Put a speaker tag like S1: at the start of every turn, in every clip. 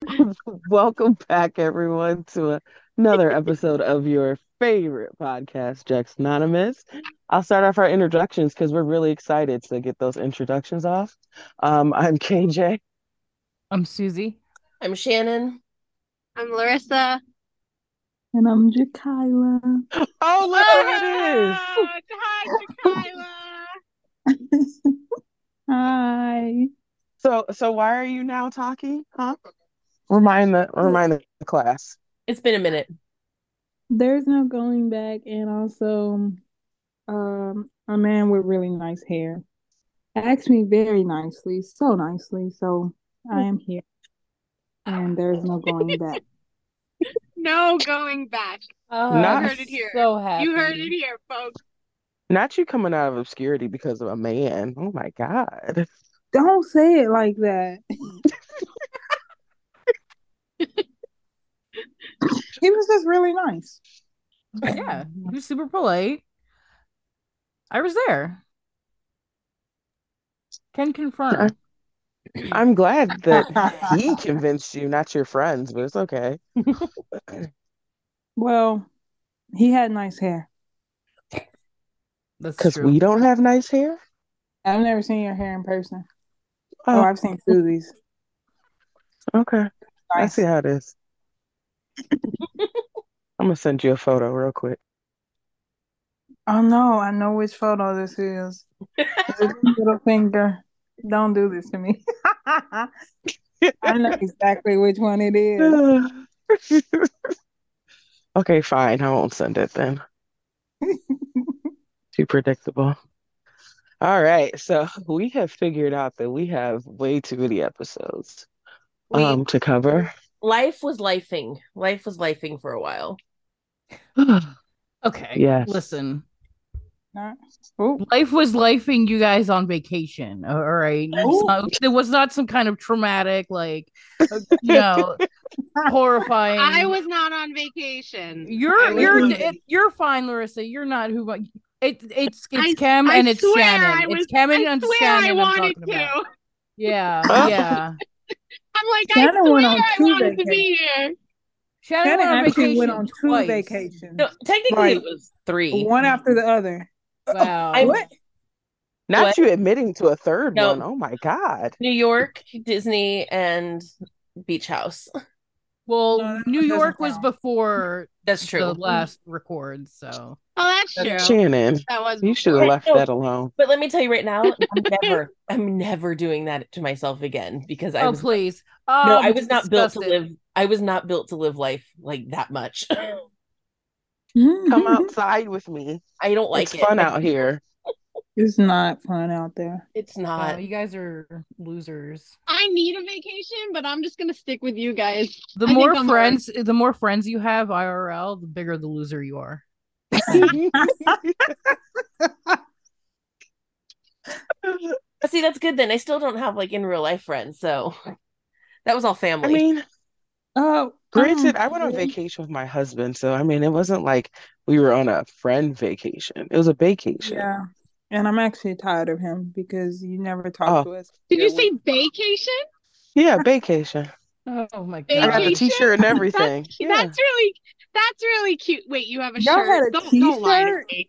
S1: Welcome back, everyone, to a- another episode of your favorite podcast, Jack's Anonymous. I'll start off our introductions because we're really excited to get those introductions off. Um, I'm KJ.
S2: I'm Um, Susie.
S3: I'm Shannon.
S4: I'm Larissa.
S5: And I'm Jakayla.
S1: Oh, look who it is!
S4: Ah, Hi,
S5: Hi.
S1: So, so why are you now talking, huh? Remind the remind the class.
S3: It's been a minute.
S5: There's no going back, and also, um, a man with really nice hair asked me very nicely, so nicely. So I am here, and there's no going back.
S4: No going back.
S2: Oh,
S1: Nice.
S4: You heard it here.
S2: So happy.
S4: You heard it here, folks.
S1: Not you coming out of obscurity because of a man. Oh my God.
S5: Don't say it like that. he was just really nice.
S2: Yeah, he was super polite. I was there. Can confirm.
S1: I'm glad that he convinced you, not your friends, but it's okay.
S5: Well, he had nice hair.
S2: That's
S1: Because
S2: true.
S1: we don't have nice hair.
S5: I've never seen your hair in person.
S1: Oh.
S5: Oh, I've seen Susie's.
S1: Okay. I
S5: Nice.
S1: see how it is. I'm gonna send you a photo real quick.
S5: Oh no, I know which photo this is. It's a little finger. Don't do this to me. I know exactly which one it is.
S1: okay, fine. I won't send it then. Too predictable. All right, so we have figured out that we have way too many episodes
S3: We,
S1: um to cover.
S3: life was lifing. Life was lifing for a while.
S2: Okay.
S1: Yes.
S2: Listen,
S5: Ooh,
S2: life was lifing you guys on vacation. All right. It's
S3: Ooh.
S2: not- there was not some kind of traumatic, like, uh, you know, horrifying.
S4: I was not on vacation. I
S2: You're
S4: was
S2: you're
S4: leaving.
S2: it- you're fine, Larissa. You're not who. It, it's it's
S4: I-
S2: Cam
S4: I
S2: and it's
S4: swear I
S2: Shannon.
S4: was-
S2: It's Cam and
S4: I
S2: it's
S4: swear I
S2: Shannon. I'm
S4: wanted
S2: talking
S4: to.
S2: about. Yeah,
S1: Oh.
S2: yeah.
S4: I'm like, I
S5: Shannon
S4: swear
S5: went on
S4: I
S5: two
S4: wanted to be here.
S2: Shannon,
S5: Shannon
S2: went on
S5: actually
S2: vacation
S5: went on two
S2: twice.
S5: vacations.
S3: No, technically
S5: Right.
S3: it was three.
S5: One after the other.
S3: Oh,
S2: Wow.
S3: I'm-
S5: What?
S1: Not
S3: What?
S1: you admitting to a third
S3: No.
S1: one. Oh my God.
S3: New York, Disney, and Beach House.
S2: well,
S5: No,
S3: Uh,
S5: that
S2: New
S5: doesn't
S2: York was
S5: count.
S2: before
S3: That's
S2: the
S3: true.
S2: last record, so
S4: Oh, that's true.
S1: Shannon,
S4: That was
S1: you should have
S3: before.
S1: left that alone.
S3: But let me tell you right now, I'm never, I'm never doing that to myself again because I
S2: oh
S3: was
S2: please.
S3: no,
S2: Um,
S3: I was not built to
S2: disgusted.
S3: live. I was not built to live life like that much.
S1: Come outside with me.
S3: I don't like
S1: it's
S3: it.
S1: fun out here.
S5: It's not fun out there.
S3: It's
S2: Wow,
S3: not.
S2: you guys are losers.
S4: I need a vacation, but I'm just gonna stick with you guys.
S2: The
S4: I think
S2: more
S4: I'm
S2: friends, the more friends you have IRL, the bigger the loser you are.
S3: See, that's good then. I still don't have like in real life friends, so that was all
S1: I
S3: family.
S1: mean,
S5: Oh,
S1: Uh, granted,
S5: um,
S1: I went on vacation with my husband, so I mean, it wasn't like we were on a friend vacation. It was a vacation.
S5: Yeah. And I'm actually tired of him because you never talk
S1: Oh.
S5: to us.
S4: Did you
S5: Yeah,
S4: say vacation?
S1: Yeah, vacation.
S2: Oh my
S1: I got the
S2: god.
S4: Vacation?
S1: t-shirt and everything. Yeah.
S4: That's really that's really cute. Wait, you have a
S5: Y'all
S4: shirt.
S5: had a
S4: don't, don't lie to
S5: t-shirt?
S4: me.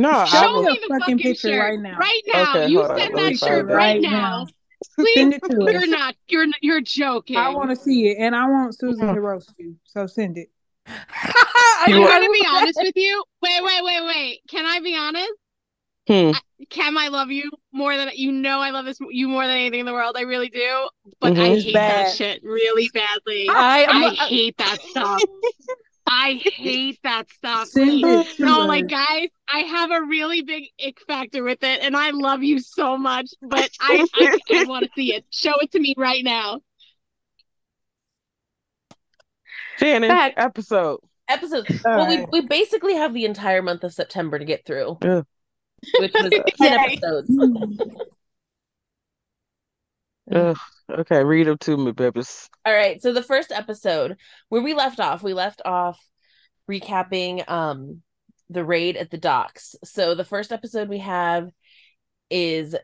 S1: No, I
S4: Show
S1: was-
S5: will-
S4: me the
S5: Fucking
S4: fucking,
S5: picture
S4: shirt
S5: right now.
S4: Right now,
S1: Okay,
S4: you
S1: hold on,
S4: send
S1: let me
S4: that shirt
S1: find it.
S4: right
S5: Right
S4: now.
S5: now.
S4: Please,
S5: Send it to
S4: you're
S5: us.
S4: not. You're n- you're joking.
S5: I want to see it, and I want Susan
S1: Mhm.
S5: to roast you. So send it.
S2: I
S4: I'm
S1: You
S4: gonna be honest with you. Wait, wait, wait, wait. Can I be honest?
S1: Hmm.
S4: Cam, I love you more than you know. I love this you more than anything in the world. I really do. But I
S1: Mhm.
S5: It's
S4: hate that
S5: bad.
S4: shit really badly.
S2: I, I'm
S4: I
S2: not-
S4: hate that stuff. I hate that stuff.
S5: Send it. to
S4: No,
S5: us.
S4: like guys, I have a really big ick factor with it, and I love you so much, but I I, I want to see it. Show it to me right now.
S1: Shannon
S3: Back.
S1: episode.
S3: Episodes.
S5: All
S3: well,
S5: right.
S3: we, we basically have the entire month of September to get through,
S1: Yeah.
S3: which was 10 episodes.
S1: Ugh. Okay, read them to me, babies.
S3: All right. So the first episode where we left off, we left off recapping um the raid at the docks. So the first episode we have is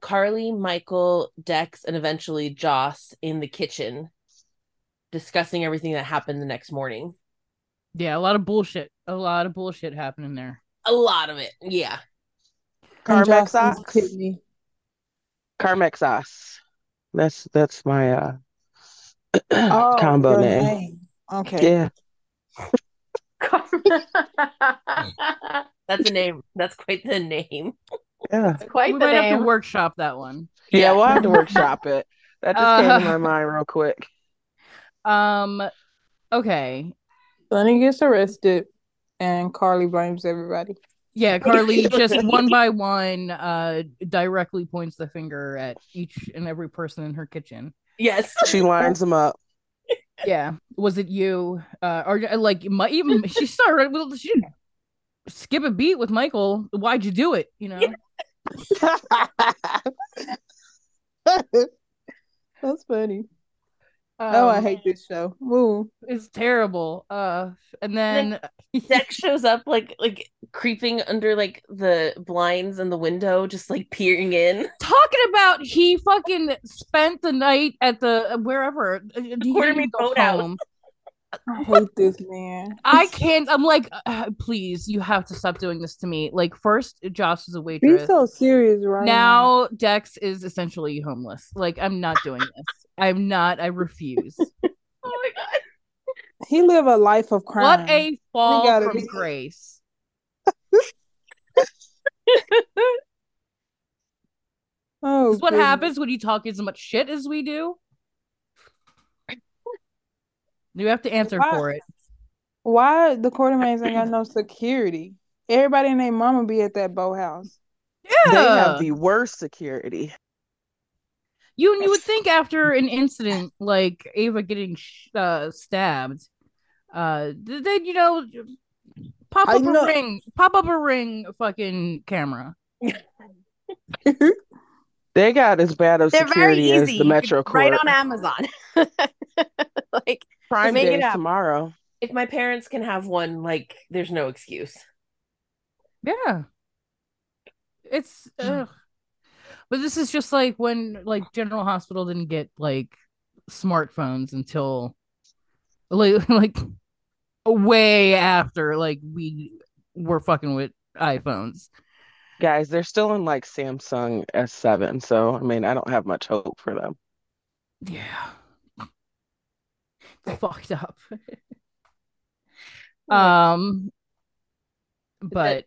S3: Carly, Michael, Dex, and eventually Joss in the kitchen discussing everything that happened the next morning.
S2: Yeah, a lot of bullshit. A lot of bullshit happening there.
S3: A lot of it. Yeah.
S1: Carmex
S5: Justin's
S1: socks.
S5: kidney.
S1: Carmex sauce. That's that's my uh Oh, combo
S5: Oh, your
S1: name.
S5: Okay.
S1: Yeah.
S3: That's a name. That's quite the name.
S1: Yeah.
S2: We
S4: Quite the
S2: might have to
S4: name.
S2: workshop that one.
S1: Yeah,
S3: Yeah.
S1: we'll have to workshop it. That just came to my
S2: Uh,
S1: mind real quick.
S2: Um okay.
S5: Sonny gets arrested, and Carly blames everybody.
S2: Yeah, Carly just one by one uh directly points the finger at each and every person in her kitchen.
S3: Yes.
S1: She lines them up.
S2: Yeah. Was it you? Uh or uh, like my, even she started well she didn't skip a beat with Michael. Why'd you do it? You know?
S5: That's funny. oh, I
S2: Um,
S5: hate this show. Woo.
S2: it's terrible. Uh and
S3: And
S2: then
S3: Dex shows up like like creeping under like the blinds and the window, just like peering in.
S2: talking about he fucking spent the night at the uh, wherever he didn't
S3: Quartermain
S2: even go
S3: boathouse.
S2: home.
S5: I hate this man.
S2: I can't. I'm like, uh, please, you have to stop doing this to me. Like, first, Josh is a
S5: Be
S2: waitress.
S5: so serious right now.
S2: now Dex is essentially homeless. Like, I'm not doing this. I'm not. I refuse.
S3: Oh my god.
S5: He live a life of crime.
S2: What a fall
S5: gotta
S2: from
S5: be-
S2: grace.
S5: oh,
S2: This is what
S5: Oh, goodness.
S2: happens when you talk as much shit as we do. You have to answer
S5: Why-
S2: for it.
S5: Why the quartermains ain't got no security? Everybody and their mama be at that boat house.
S1: They
S2: Yeah.
S1: have the worst security.
S2: You and you would think after an incident like Ava getting sh- uh, stabbed, uh, th- then you know, pop
S5: I
S2: up a
S5: know.
S2: ring, pop up a ring, fucking camera.
S1: They got as bad of
S4: They're very
S1: security as
S4: easy.
S1: the Metro
S4: right
S1: Court.
S4: on Amazon. like
S1: Prime
S3: Make it
S1: days
S3: up.
S1: tomorrow.
S3: If my parents can have one, like there's no excuse.
S2: Yeah, it's. Ugh. But this is just like when like General Hospital didn't get like smartphones until like like way after like we were fucking with iPhones.
S1: Guys, they're still in like Samsung S7, so I mean, I don't have much hope for them.
S2: Yeah, fucked up.
S3: Yeah.
S2: Um, but
S3: But-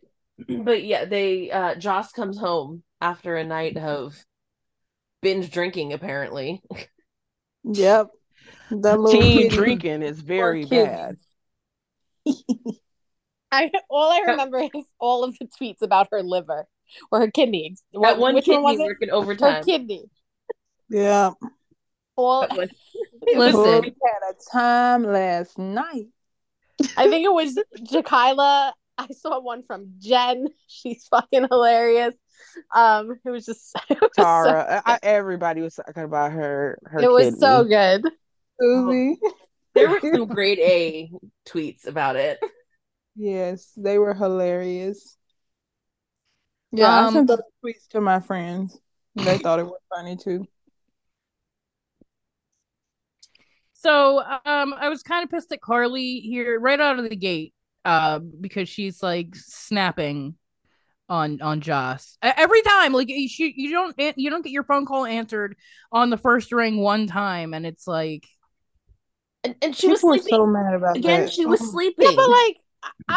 S3: But yeah, they uh Joss comes home after a night of binge drinking, apparently.
S5: Yep. That little
S1: Teen
S5: kidney-
S1: drinking is very
S5: kidney.
S1: bad.
S4: I all I remember is all of the tweets about her liver or her kidney.
S3: That
S4: What,
S3: one
S4: which
S3: kidney
S4: one was it?
S3: working
S4: Her
S3: overtime.
S4: kidney.
S5: Yeah.
S4: All
S3: That one-
S4: it was-
S2: Listen.
S5: Boy, we had a time last night.
S4: I think it was Jakila. I saw one from Jen. She's fucking hilarious. Um, it was just it was so-
S1: Tara, I, I- everybody was talking about her her
S4: it was so
S1: kidney.
S4: good.
S5: Susie.
S3: there were some grade A tweets about it.
S5: Yes, they were hilarious. Yeah, I
S2: Um,
S5: sent those tweets to my friends. They thought it was funny too.
S2: So um I was kind of pissed at Carly here right out of the gate uh because she's like snapping on on Joss. E- Every time like you she, you don't an- you don't get your phone call answered on the first ring one time and it's like
S3: And, and she was
S5: People were
S3: sleeping.
S5: so mad about
S3: Again,
S5: that.
S3: she was
S5: Oh.
S4: Yeah,
S3: sleeping.
S4: but like I,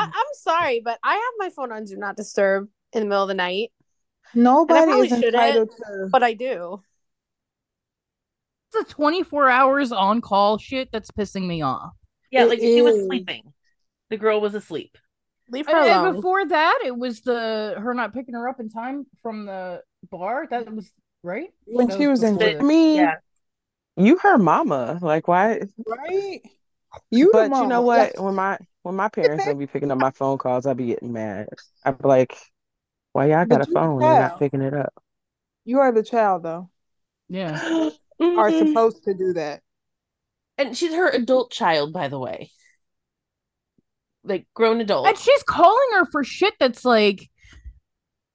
S1: Mm-hmm.
S4: I'm sorry, but I have my phone on Do Not Disturb in the middle of the night,
S5: Nobody
S4: probably
S5: is
S4: shouldn't,
S5: entitled to
S4: but I do.
S2: the 24 hours on call shit that's pissing me off.
S3: yeah,
S5: it
S3: like she was
S5: is.
S3: sleeping. The girl was asleep.
S4: Leave her
S2: And, and
S4: alone.
S2: before that it was the her not picking her up in time from the bar that was right?
S5: when
S2: That
S5: she was in
S2: before
S3: the-
S1: I
S2: this.
S1: mean,
S3: Yeah.
S1: you her mama. Like why
S5: right. You the
S1: but you
S5: mama.
S1: know what? When my when my parents don't be picking up my phone calls, I'd be getting mad. I'd be like, Why y'all got a
S5: But you the
S1: phone and not
S5: child.
S1: picking it up?
S5: You are the child though.
S2: Yeah.
S5: Are
S1: Mhm.
S5: supposed to do that.
S3: And she's her adult child, by the way. Like grown adult.
S2: And she's calling her for shit that's like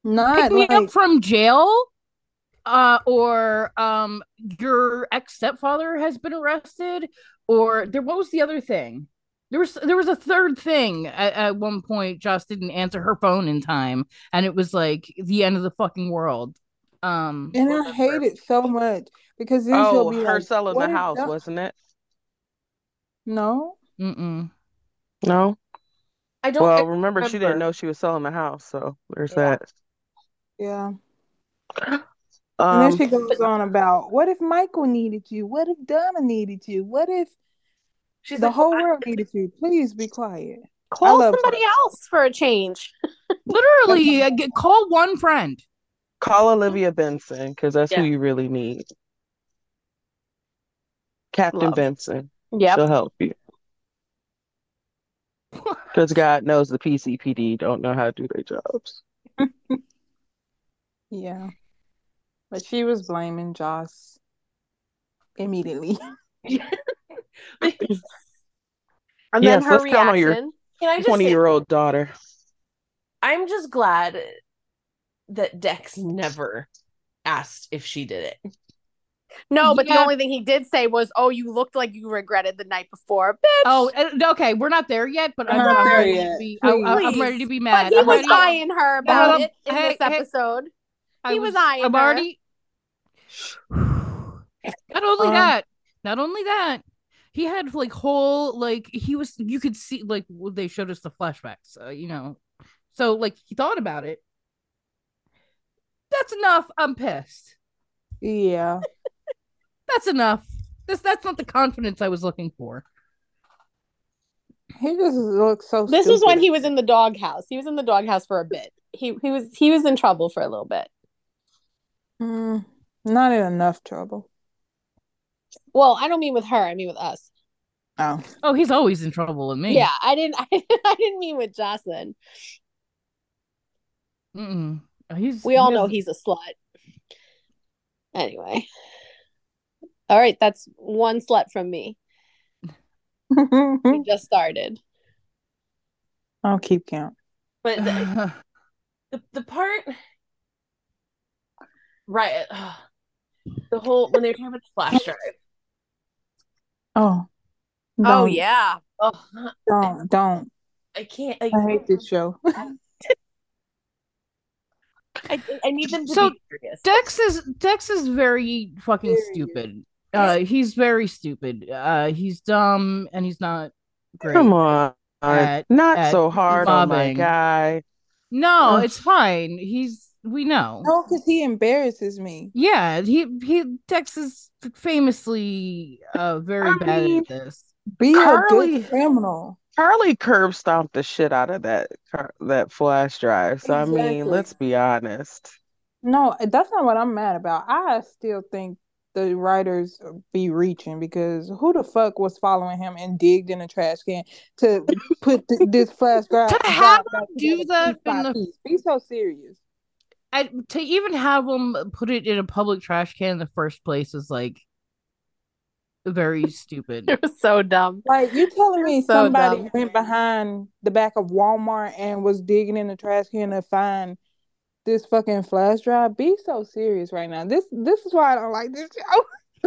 S5: Not
S2: pick me
S5: like
S2: up from jail uh or um your ex-stepfather has been arrested or there what was the other thing there was there was a third thing at, at one point joss didn't answer her phone in time and it was like the end of the fucking world um
S5: And I hate it so much because then she'll
S1: Oh,
S5: be
S1: her
S5: like,
S1: selling the
S5: "What is
S1: house,
S5: that?"
S1: wasn't it?
S5: No,
S2: mm-mm.
S1: No.
S4: I don't.
S1: Well, remember she didn't
S4: remember.
S1: know she was selling the house, so there's
S4: Yeah.
S1: that.
S5: yeah. And then
S1: Um,
S5: she goes on about what if Michael needed you? What if Donna needed you? What if
S4: She's
S5: the
S4: like,
S5: whole
S3: "Oh,
S4: "Well,
S5: world needed you? Please be quiet.
S4: Call
S5: love
S4: somebody else for a change.
S2: literally I get- call one friend
S1: call Olivia Benson because that's who
S3: Yeah.
S1: you really need. Captain
S4: Love.
S1: Benson,
S4: Yep.
S1: she'll help you because God knows the PCPD don't know how to do their jobs.
S5: Yeah. But she was blaming Joss immediately.
S4: And
S1: Yes,
S4: then her
S1: let's count on
S4: reaction.
S1: your-
S3: Can I just say,
S1: Twenty-year-old daughter.
S3: I'm just glad that Dex never asked if she did it.
S4: No, but
S2: Yeah.
S4: the only thing he did say was, "Oh, you looked like you regretted the night before, bitch."
S2: oh and- okay we're not there yet but i'm,
S5: We're not
S2: I'm
S5: there
S2: ready to
S5: yet.
S2: be I, I- i'm
S4: Please.
S2: ready to be
S4: but
S2: mad
S4: he
S2: I'm
S4: was
S2: ready-
S4: eyeing her
S2: No,
S4: about
S2: no,
S4: it in
S2: hey,
S4: this
S2: hey.
S4: episode.
S2: I
S4: He was eyeing
S2: I'm
S4: her.
S2: already. not only
S5: Um,
S2: that, not only that, he had like whole like he was. You could see like w- they showed us the flashbacks. Uh, you know, so like he thought about it. That's enough. I'm pissed.
S5: yeah.
S2: That's enough. That's that's not the confidence I was looking for.
S5: He just looks so
S4: This was when
S5: stupid.
S4: he was in the doghouse. He was in the doghouse for a bit. He he was he was in trouble for a little bit.
S5: Mm, not in enough trouble.
S4: Well, I don't mean with her. I mean with us.
S5: Oh.
S2: Oh, he's always in trouble with me.
S4: Yeah, I didn't. I, didn't mean with Jocelyn.
S2: Mm-mm. Oh, He's.
S4: We all
S2: he
S4: know
S2: is-
S4: he's a slut. Anyway, all right. That's one slut from me.
S2: Hmm.
S4: We just started.
S5: I'll keep count.
S3: But the, the, the part, right? ugh. the whole when they were talking about the flash drive.
S5: Oh.
S4: Oh
S5: Don't,
S4: yeah.
S3: Oh,
S5: Don't, don't.
S3: I can't. I,
S5: I hate this show.
S3: I, I need them to
S2: So,
S3: be serious.
S2: Dex is Dex is very fucking
S5: Serious.
S2: stupid. Uh, he's very stupid. Uh, he's dumb and he's not great.
S1: Come on,
S2: At-
S1: not
S2: at
S1: so hard on my
S2: mobbing.
S1: guy.
S2: No,
S1: Ugh.
S2: it's fine. He's we know.
S5: No, because he embarrasses me.
S2: Yeah, he he Dex is famously uh very
S1: I
S2: bad
S1: mean-
S2: at this.
S5: Be a
S1: Carly.
S5: good criminal.
S1: Carly curb stomped the shit out of that car, that flash drive. So I mean,
S5: Exactly.
S1: let's be honest.
S5: No, that's not what I'm mad about. I still think the writers be reaching because who the fuck was following him and digged in a trash can to put th- this flash drive?
S2: To have
S5: drive back
S2: do
S5: together
S2: that
S5: piece by
S2: in the-
S5: piece. Be so serious.
S2: I, to even have him put it in a public trash can in the first place is like very stupid.
S4: It was so dumb.
S5: Like you telling me
S4: That's so
S5: somebody
S4: dumb.
S5: went behind the back of Walmart and was digging in the trash can to find this fucking flash drive? Be so serious right now. This this is why I don't like this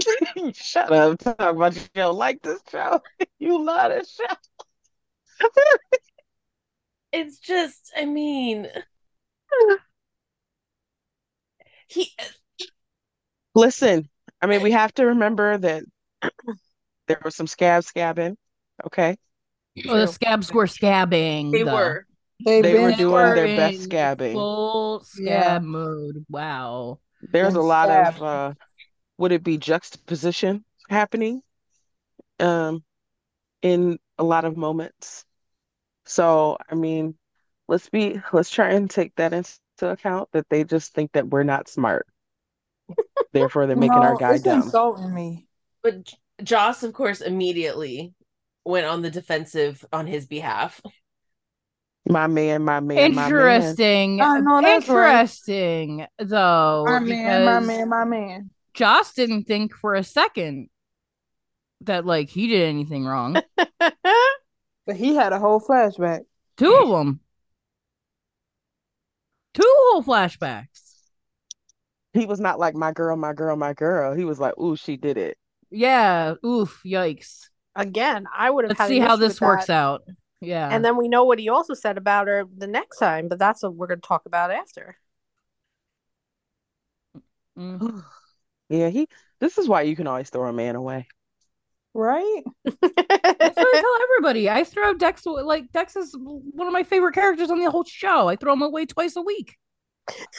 S5: show.
S1: Shut up. Talk about you don't like this show. You love this show.
S3: It's just, I mean, he
S1: Listen, I mean, we have to remember that there was some scab scabbing. Okay.
S2: Oh, the scabs were scabbing.
S3: they
S2: though.
S3: were.
S5: They've
S1: They
S5: been
S1: were doing
S2: were
S1: their best
S2: in
S1: scabbing.
S2: Full
S5: Yeah.
S2: scab mode. Wow.
S1: There's a
S5: been
S1: lot of
S5: scabbed.
S1: uh would it be juxtaposition happening um in a lot of moments. So, I mean, let's be let's try and take that into account that they just think that we're not smart. Therefore, they're making our
S5: No,
S1: guy
S5: it's
S1: dumb.
S5: insulting me.
S3: But J- Joss, of course, immediately went on the defensive on his behalf.
S1: My man, my man, my man.
S2: Interesting.
S5: I know that's right.
S2: Interesting though.
S5: My man, my
S2: because-
S5: man, my man.
S2: Joss didn't think for a second that like he did anything wrong.
S5: But he had a whole flashback.
S2: Two of them. Two whole flashbacks.
S1: He was not like my girl, my girl, my girl. He was like, "Ooh, she did it."
S2: Yeah. Oof. Yikes.
S4: Again, I would have.
S2: Let's
S4: had
S2: see
S4: an
S2: how
S4: issue with
S2: this works
S4: that.
S2: out. Yeah.
S4: And then we know what he also said about her the next time, but that's what we're going to talk about after.
S2: Mm.
S1: yeah, he. This is why you can always throw a man away.
S5: Right?
S2: That's what I tell everybody. I throw Dex aw- like Dex is one of my favorite characters on the whole show. I throw him away twice a week.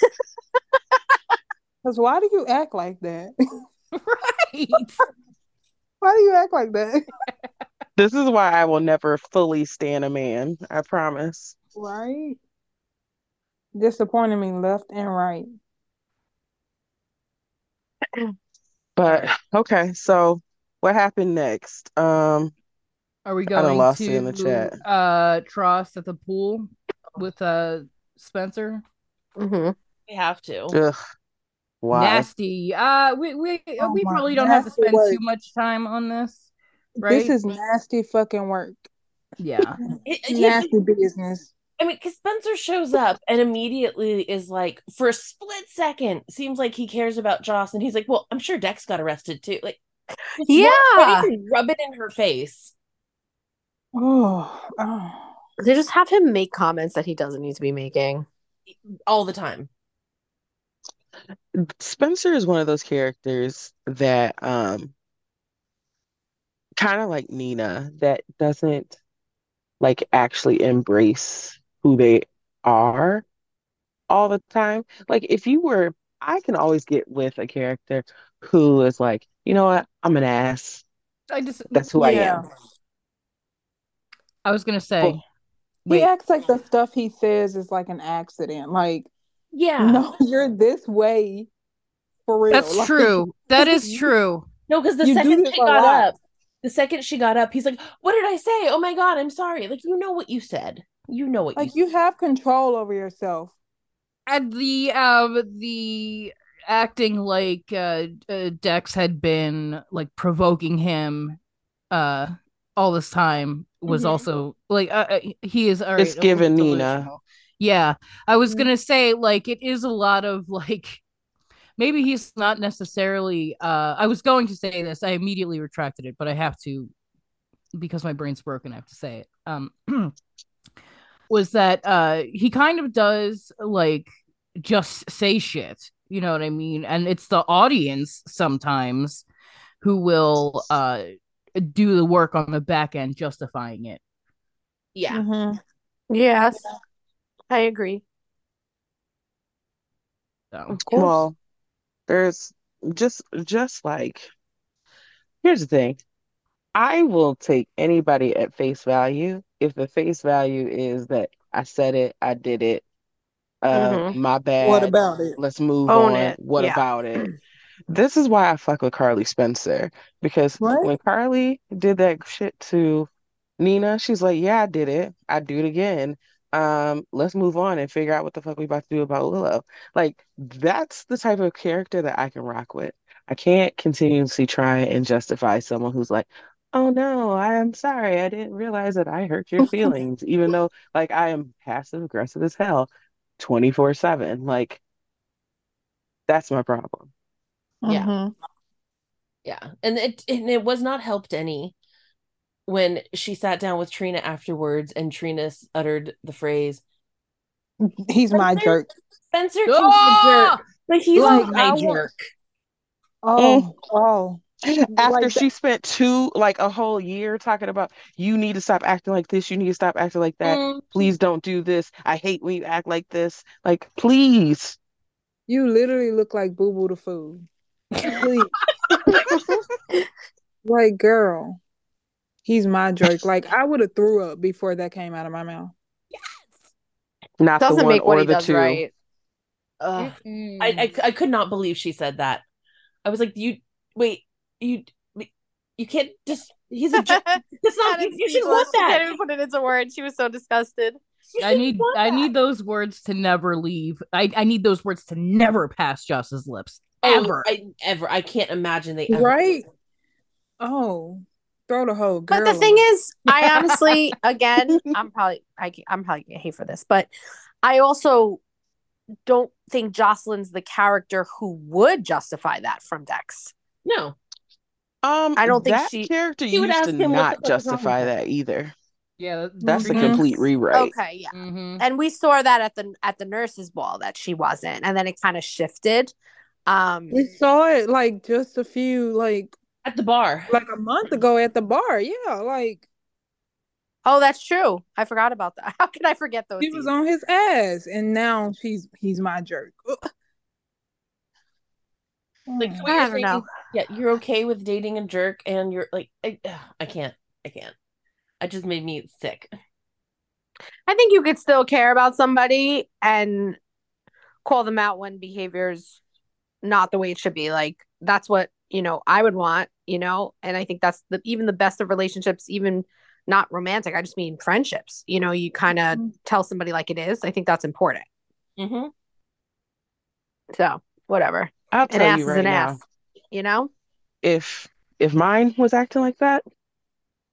S5: Because why do you act like that?
S2: Right.
S5: why do you act like that?
S1: This is why I will never fully stand a man. I promise.
S5: Right? Disappointing me left and right.
S1: But okay, so what happened next? Um,
S2: Are we
S1: I done
S2: going
S1: lost
S2: to
S1: it in the chat.
S2: uh Tross at the pool with uh Spencer?
S4: hmm
S3: We have to.
S1: ugh, why?
S2: Nasty. Uh we we
S5: Oh
S2: we
S5: my,
S2: probably don't have to
S5: nasty
S2: spend
S5: work.
S2: too much time on this. Right? Uh,
S5: This is nasty fucking work.
S2: yeah.
S3: It- it- yeah,
S5: Nasty business.
S3: I mean, because Spencer shows up and immediately is like, for a split second, seems like he cares about Joss, and he's like, "Well, I'm sure Dex got arrested too." Like, just
S4: Yeah.
S3: ready to rub it in her face.
S5: Oh, oh.
S4: They just have him make comments that he doesn't need to be making.
S3: all the time.
S1: Spencer is one of those characters that um kind of like Nina that doesn't like actually embrace who they are all the time. Like if you were I can always get with a character who is like, you know what, I'm an ass.
S2: I just
S1: That's who I
S5: Yeah.
S1: am.
S2: I was gonna say
S5: He
S2: wait.
S5: acts like the stuff he says is like an accident. Like,
S3: Yeah. No,
S5: no, you're this way for real.
S2: That's
S5: Like,
S2: true. That is true.
S3: because the
S5: You do
S3: second
S5: this
S3: she
S5: a
S3: got
S5: lot.
S3: up, the second she got up, he's like, "What did I say? Oh my god, I'm sorry." Like you know what you said. You know what
S5: Like
S3: you.
S5: you have control over yourself.
S2: and the um the acting like uh, uh dex had been like provoking him uh all this time was
S3: Mhm.
S2: also like uh, uh, he is all right,
S1: It's
S2: a little
S1: given Nina.
S2: delusional. yeah i was
S5: Mhm.
S2: gonna say like it is a lot of like maybe he's not necessarily uh i was going to say this i immediately retracted it but i have to because my brain's broken i have to say it um was that uh he kind of does like just say shit you know what i mean and it's the audience sometimes who will uh do the work on the back end justifying it
S3: Yeah.
S5: Mhm.
S4: Yes. I agree.
S2: so
S5: course.
S1: Well, there's just just like here's the thing. I will take anybody at face value if the face value is that I said it, I did it, uh,
S4: Mhm.
S1: my
S5: What
S1: bad.
S5: about it?
S1: Let's move
S4: Own
S1: on.
S4: it.
S1: What
S4: Yeah.
S1: about it? This is why I fuck with Carly Spencer because
S5: Right?
S1: when Carly did that shit to Nina, she's like, "Yeah, I did it. I do it again. Um, let's move on and figure out what the fuck we about to do about Willow." Like that's the type of character that I can rock with. I can't continuously try and justify someone who's like, "Oh no, I am sorry. I didn't realize that I hurt your feelings," even though like I am passive aggressive as hell, 24/7. Like that's my problem.
S3: Yeah.
S5: Mhm.
S3: Yeah. And it and it was not helped any when she sat down with Trina afterwards and Trina s- uttered the phrase
S5: He's my
S3: Spencer-
S5: jerk.
S3: Spencer can be a
S2: Ah!
S3: jerk, but he's
S5: Like,
S3: my
S5: I want-
S3: jerk.
S5: Oh, oh.
S1: After
S5: Like
S1: she spent two, like a whole year talking about you need to stop acting like this, you need to stop acting like that.
S3: Mm-hmm.
S2: Mm.
S1: Please don't do this. I hate when you act like this. Like, please.
S5: you literally look like Boo Boo the Fool. Please. like, girl. He's my jerk. Like I would have threw up before that came out of my mouth.
S1: Not the
S4: Doesn't
S1: one
S4: make what
S1: or
S4: he
S1: the
S4: does
S1: two.
S4: right. Ugh.
S3: I, I I could not believe she said that. I was like, you wait, you you can't just he's a jerk. That's not you, you should want
S4: She can't
S3: that.
S4: even put it into words. She was so disgusted.
S3: You
S2: I
S3: should
S2: need
S3: want
S2: I
S3: that.
S2: need those words to never leave. I, I need those words to never pass Joss's lips.
S3: Oh,
S2: Ever.
S3: I ever. I can't imagine they ever.
S5: Right? Oh. Throw the whole
S4: But
S5: girl.
S4: the thing
S5: away.
S4: is, I honestly, again, I'm probably, I, I'm probably gonna hate for this, but I also don't think Jocelyn's the character who would justify that from Dex.
S3: No.
S1: Um,
S4: I don't think
S1: that
S4: she-
S1: character
S3: She would
S1: used
S3: ask
S1: to
S3: him
S1: not
S3: what the fuck was wrong with
S1: justify
S3: her.
S1: that either.
S2: Yeah,
S1: That's a
S2: Mm-hmm.
S5: Mhm.
S1: complete rewrite.
S4: Okay, yeah.
S2: hmm
S4: And we saw that at the at the nurses' ball that she wasn't, and then it kind of shifted. Um,
S5: We saw it like just a few like
S3: at the bar.
S5: like a month ago at the bar. Yeah, like
S4: oh, that's true. I forgot about that. How could I forget those?
S5: she was
S4: scenes?
S5: on his ass, and now she's he's my jerk.
S3: Like so what
S4: I
S3: you're
S4: don't
S3: saying
S4: know.
S3: is, yeah, you're okay with dating a jerk, and you're like, I, ugh, I can't, I can't. It just made me sick.
S4: I think you could still care about somebody and call them out when behavior's not the way it should be. Like that's what, you know, I would want, you know, and I think that's the even the best of relationships, even not romantic. I just mean friendships. You know, you kind of
S1: Mm-hmm.
S5: Mhm.
S4: tell somebody like it is. I think that's important.
S3: Mm-hmm.
S4: So, whatever.
S1: I'll
S4: An
S1: tell
S4: ass
S1: you
S4: is
S1: right
S4: an
S1: now,
S4: ass. You know?
S1: if if mine was acting like that,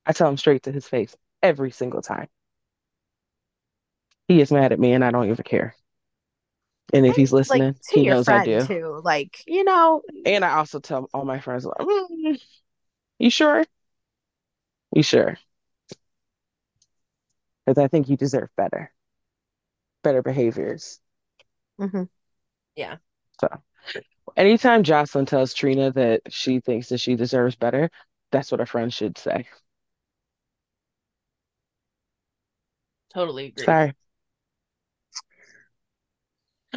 S1: I tell him straight to his face every single time. He is mad at me, and I don't even care. And if he's
S4: Like
S1: listening,
S4: to
S1: he
S4: your
S1: knows I do.
S4: friend too. Like, you know,
S1: And I also tell all my friends, like, "Mm, "You sure? You sure?" Because I think you deserve better, better behaviors.
S4: mhm.
S1: Anytime Jocelyn tells Trina that she thinks that she deserves better, that's what a friend should say.
S3: Totally agree.
S1: Sorry.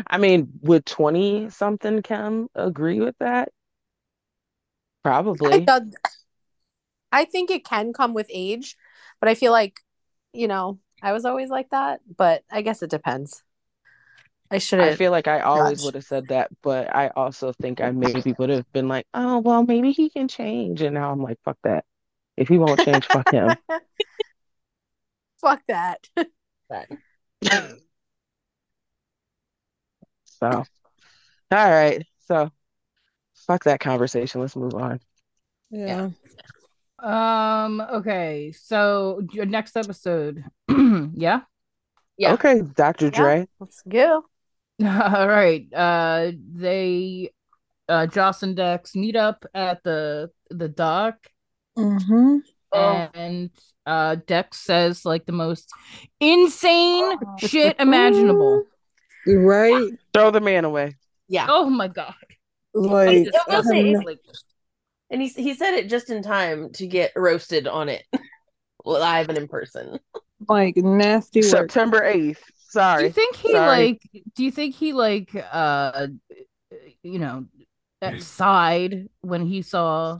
S1: I mean, would 20 something come agree with that?
S4: I
S1: Probably.
S4: thought- I think it can come with age, but I feel like, you know, I was always like that, but I guess it depends. I
S1: I
S4: shouldn't.
S1: feel like I always
S4: judge.
S1: would have said that, but I also think I maybe would have been like, oh, well, maybe he can change. And now I'm like, fuck that. If he won't change, fuck him.
S4: Fuck that.
S3: But
S1: So, all right. So, fuck that conversation. Let's move on.
S5: Yeah.
S2: Um. Okay. So your next episode. yeah.
S3: yeah,
S1: Okay, Dr.
S4: Yeah.
S1: Dre.
S4: Let's go.
S2: All right. Uh, they, uh, Joss and Dex meet up at the the dock,
S5: Mm-hmm.
S3: Oh.
S2: and uh, Dex says like the most
S3: Oh.
S2: insane shit imaginable.
S5: Right?
S1: Throw the man away.
S3: yeah.
S2: Oh my god!
S5: Like
S3: It was
S5: I'm
S3: a-
S5: not-
S2: Like,
S3: And he he said it just in time to get roasted on it, live and in person.
S5: like nasty work.
S1: September 8th.
S2: do you
S1: Sorry.
S2: think he
S1: Sorry.
S2: like? Do you think he like? Uh, you know, uh, sighed when he saw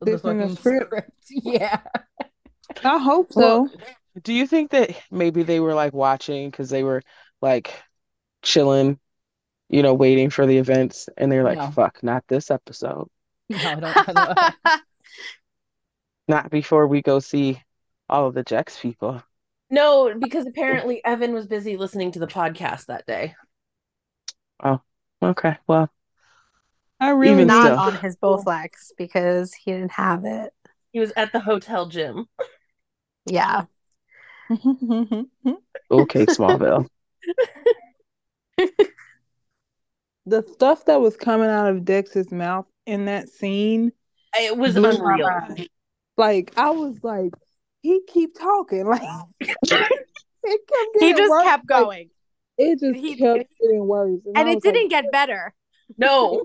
S2: the
S5: This in the
S2: fucking
S5: script.
S2: script. Yeah.
S5: I hope
S1: Well,
S5: so.
S1: do you think that maybe they were like watching because they were like chilling, you know, waiting for the events and they're like,
S2: No.
S1: fuck, not this episode.
S2: No, I don't. I don't
S1: Not before we go see all of the Jex people.
S3: No, because apparently Evan was busy listening to the podcast that day.
S1: Okay, well,
S5: I really
S1: Even
S5: need
S4: Not
S1: still.
S4: on his Bowflex because he didn't have it.
S3: He was at the hotel gym.
S4: Yeah.
S1: okay, Smallville.
S5: the stuff that was coming out of Dex's mouth in that scene
S3: It was
S5: blew my
S3: unreal.
S5: mind. Like I was like, he keep talking. Like it kept
S4: He
S5: getting
S4: just
S5: worse.
S4: kept
S5: Like,
S4: going. it
S5: it just
S4: He-
S5: kept getting worse. And,
S4: And
S5: I
S4: it
S5: was like,
S4: didn't get better.
S3: No,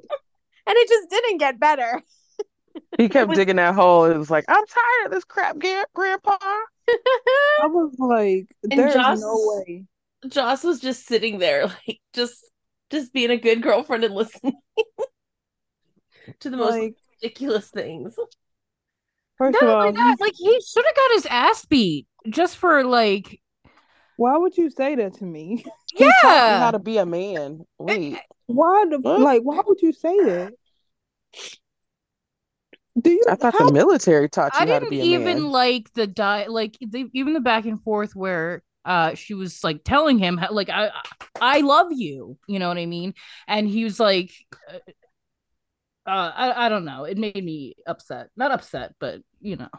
S4: And it just didn't get better.
S1: He kept
S3: was-
S1: digging that hole. It was like, I'm tired of this crap, Gra- Grandpa.
S5: I was like, there's
S3: Joss-
S5: no way.
S3: Joss was just sitting there, like just just being a good girlfriend and listening to the most
S5: Like
S3: ridiculous things.
S5: first
S2: Not
S5: of
S2: only
S5: all,
S2: that, like he should have got his ass beat just for like
S5: why would you say that to me?
S1: He taught
S4: Uh,
S1: me
S2: Yeah.
S1: how to be a man. Wait.
S5: Why the
S1: Huh?
S5: like? Why would you say that? Do you
S1: I thought
S5: how-
S1: the military taught
S2: I
S1: you how to
S2: didn't
S1: be a
S2: even
S1: man.
S2: like the di like the, even the back and forth where uh she was like telling him how, like I I love you, you know what I mean? And he was like uh, uh, I I don't know. It made me upset. Not upset, but you know.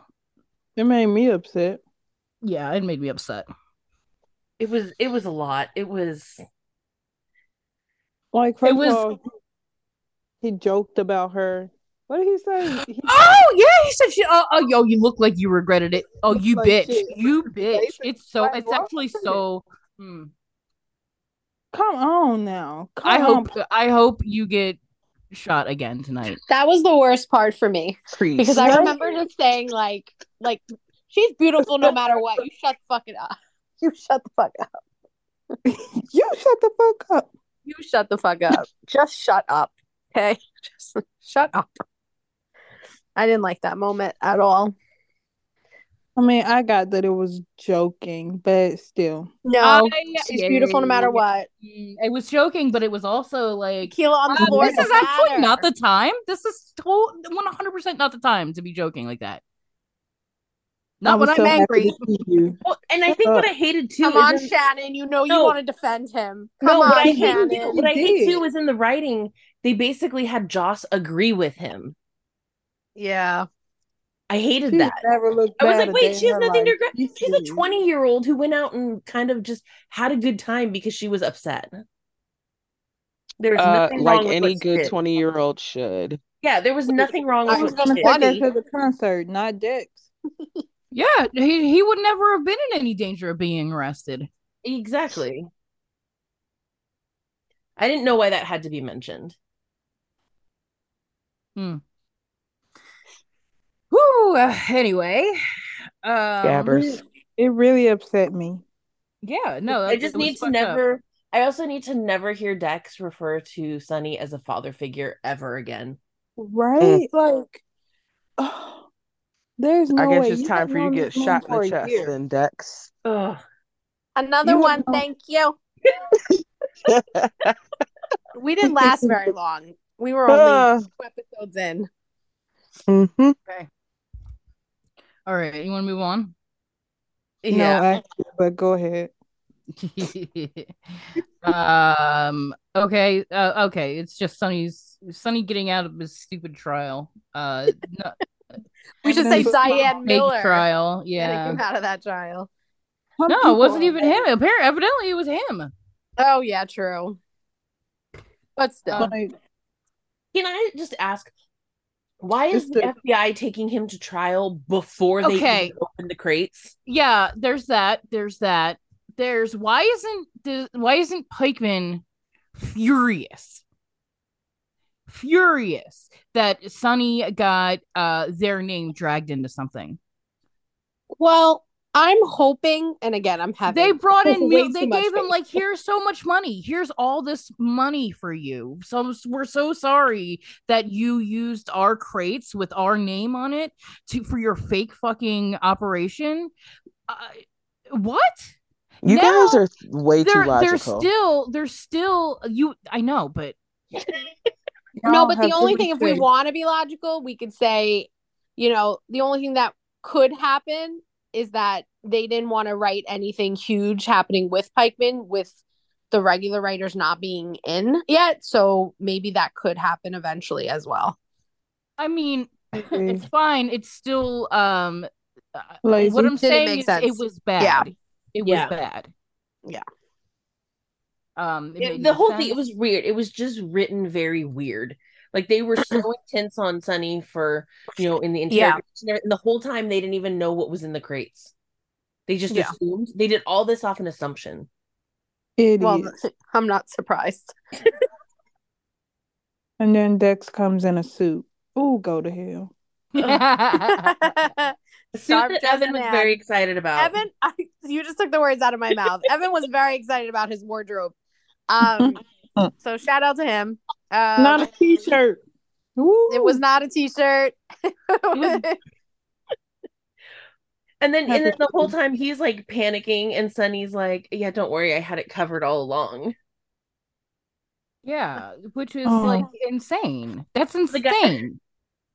S5: it made me upset?
S2: Yeah, it made me upset.
S3: It was it was a lot. It was
S5: Like first
S2: was-
S5: of all, he joked about her. What did he say? He,
S2: Oh, yeah, he said she oh, oh yo, you look like you regretted it. Oh you
S5: Like
S2: bitch.
S5: shit.
S2: You bitch. It's so
S5: I
S2: it's
S5: love
S2: actually
S5: it.
S2: so hmm.
S5: Come on now. Come
S2: I
S5: on.
S2: hope I hope you get shot again tonight.
S4: That was the worst part for me because I
S5: Right?
S4: remember just saying like, like she's beautiful no matter what. You shut the fucking up. You shut the fuck up.
S5: You shut the fuck up.
S4: You shut the fuck up. Just shut up. Okay, just shut up. I didn't like that moment at all.
S5: I mean, I got that it was joking, but still.
S4: No,
S2: I-
S4: Um, she's beautiful no matter what.
S2: Mm, I was joking, but it was also like
S4: Tequila on the
S2: um,
S4: floor.
S2: this is
S4: doesn't
S2: actually
S4: matter.
S2: not the time. This is one hundred percent not the time to be joking like that. Not
S5: was
S2: when I'm
S5: so happy
S2: angry.
S5: to see you.
S3: Well, and I think what I hated too
S4: Come on,
S3: is in-
S4: Shannon. You know you
S3: No.
S4: want to defend him. Come
S3: no,
S4: on,
S3: what I
S4: Shannon.
S3: hate, what I hate
S5: did.
S3: too is in the writing, they basically had Joss agree with him.
S4: Yeah.
S3: I hated
S5: She's
S3: that.
S5: never looked
S3: I was
S5: bad
S3: like,
S5: a
S3: wait,
S5: day in
S3: she has
S5: her
S3: nothing to
S5: life.
S3: regret.
S5: You
S3: She's a
S5: serious?
S3: 20 year old who went out and kind of just had a good time because she was upset. There was
S1: Uh,
S3: nothing
S1: like
S3: wrong with
S1: any
S3: what she
S1: good
S3: did.
S1: 20 year old should.
S3: Yeah, there was nothing wrong
S5: I
S3: with
S5: was
S3: what she did.
S5: gonna take her
S4: Funny.
S5: to the concert, not dicks.
S2: Yeah, he, he would never have been in any danger of being arrested.
S3: Exactly. I didn't know why that had to be mentioned.
S2: Whew, uh, anyway. Um
S1: Gabbers.
S5: It really upset me.
S2: yeah, no,
S3: I
S2: that-
S3: just
S2: that was
S3: need to
S2: fucked up.
S3: never. I also need to never hear Dex refer to Sunny as a father figure ever again.
S1: Mm.
S5: Right? Like there's no
S1: I guess
S5: way
S1: it's
S5: you
S1: time
S5: have
S1: for you
S5: known
S1: to get
S5: this man
S1: shot in
S5: for
S1: the
S5: a
S1: chest,
S5: year.
S1: then Dex.
S3: Ugh.
S4: Another
S5: You
S4: one.
S5: have no-
S4: Thank you. We didn't last very long. We were only
S1: Uh,
S4: two episodes in.
S1: mhm.
S2: All right, you want to move on?
S5: No, actually, but go ahead.
S2: um okay uh, okay it's just sunny's sunny getting out of his stupid trial uh no,
S4: We should say
S5: Evidence-
S4: Diane
S2: fake
S4: Miller.
S2: trial
S4: Getting
S2: yeah
S4: him out of that trial.
S5: Some
S2: no
S5: people
S2: it wasn't
S5: are
S2: even him apparently evidently it was him
S4: Oh yeah, true. But still,
S5: Like,
S3: Can I just ask, why is
S5: Just
S3: the
S5: a-
S3: FBI taking him to trial before they
S2: Okay.
S3: even open the crates?
S2: yeah there's that there's that there's why isn't the why isn't pikeman furious furious that sunny got uh their name dragged into something
S4: well, I'm hoping, and again, I'm having.
S2: they brought in
S4: way
S2: mil-
S4: too
S2: they
S4: much
S2: gave him
S4: faith.
S2: like here's so much money here's all this money for you so we're so sorry that you used our crates with our name on it to for your fake fucking operation uh, what
S1: You
S2: Now,
S1: guys are way too
S2: they're they're
S1: logical.
S2: still they're still you i know but
S4: No,
S5: y'all
S4: but
S5: have
S4: the only
S5: good
S4: thing, if we
S5: sense.
S4: want to be logical, we could say, you know, the only thing that could happen is that they didn't want to write anything huge happening with Pikeman, with the regular writers not being in yet. So maybe that could happen eventually as well.
S2: i mean
S5: Okay.
S2: it's fine it's still um uh,
S5: Lazy.
S2: what i'm
S4: Didn't
S2: saying
S4: make
S2: is it
S4: sense.
S2: was
S4: Yeah.
S2: bad it was
S3: Yeah.
S2: bad
S4: Yeah.
S2: um it
S3: It-
S2: made
S3: the
S2: no
S3: whole thing, it
S2: sense.
S3: was weird. It was just written very weird. Like they were so intense on Sunny for, you know, in the
S4: Yeah.
S3: interrogation, and everything, the whole time they didn't even know what was in the crates. They just
S4: Yeah.
S3: assumed. They did all this off an assumption.
S4: Well,
S5: Idiot.
S4: I'm not surprised.
S5: And then Dex comes in a suit. Ooh, go to hell.
S3: A suit
S4: Sharp
S3: that
S4: dressed
S3: Evan was
S4: man.
S3: very excited about.
S4: Evan, I, you just took the words out of my mouth. Evan was very excited about his wardrobe. Um, so shout out to him. Um,
S5: Not a t-shirt.
S4: It was not a t-shirt.
S3: was- And then, and
S5: Happy
S3: then the whole
S5: to-
S3: time he's like panicking, and Sunny's like, "Yeah, don't worry, I had it covered all along."
S2: Yeah, which is
S5: Oh.
S2: like insane. That's
S3: The guy-
S2: insane.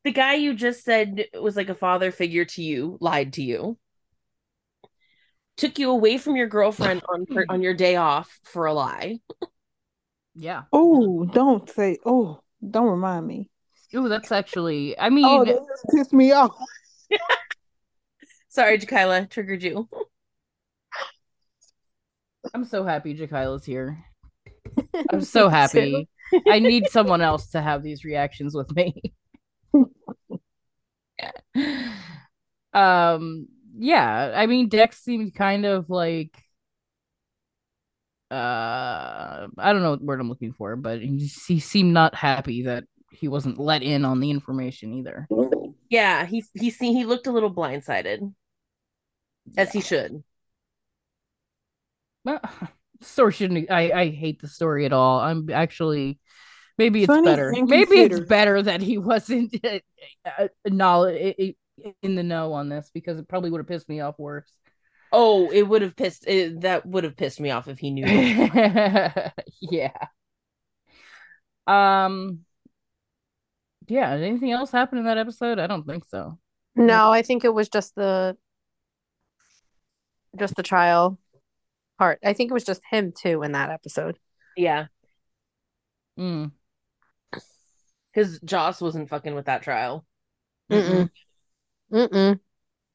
S3: The guy you just said was like a father figure to you, lied to you, took you away from your girlfriend on her, on your day off for a lie.
S2: Yeah.
S5: Oh, don't say. Oh, don't remind me.
S2: Ooh, that's actually. I
S5: Oh,
S2: mean,
S5: that just pissed me off.
S3: Sorry, Jakila, triggered you.
S2: I'm so happy Jakaila's here. I'm so happy. I need someone else to have these reactions with me. um yeah i mean dex seemed kind of like uh i don't know what word i'm looking for but he, just- he seemed not happy that he wasn't let in on the information either
S3: Yeah, he he see he looked a little blindsided, as he should.
S2: Well, story shouldn't i i hate the story at all i'm actually maybe it's
S5: Funny
S2: better
S5: thinking
S2: maybe
S5: theater.
S2: it's better that he wasn't uh, uh, knowledge in the know on this because it probably would have pissed me off worse
S3: Oh, it would have pissed it, that would have pissed me off if he knew.
S2: yeah. Um. Yeah. Did anything else happen in that episode? I don't think so.
S4: No, I think it was just the just the trial part. I think it was just him too in that episode.
S3: yeah,
S2: Mm.
S3: because Joss wasn't fucking with that trial.
S4: Mm-mm. Mm-mm.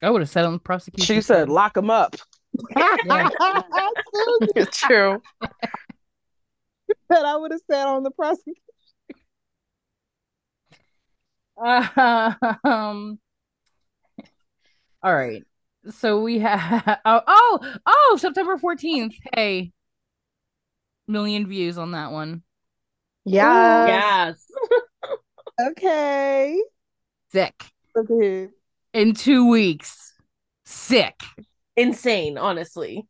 S2: I would have said on the prosecution.
S1: She said, lock him up.
S2: Yeah.
S4: It's true.
S1: That I would have said on the prosecution.
S2: Um. All right. So we have. Oh, oh, oh, September fourteenth. Hey. Million views on that one.
S4: Yeah.
S3: Yes.
S1: Okay.
S2: Sick.
S1: Look ahead.
S2: In two weeks. Sick.
S3: Insane, honestly.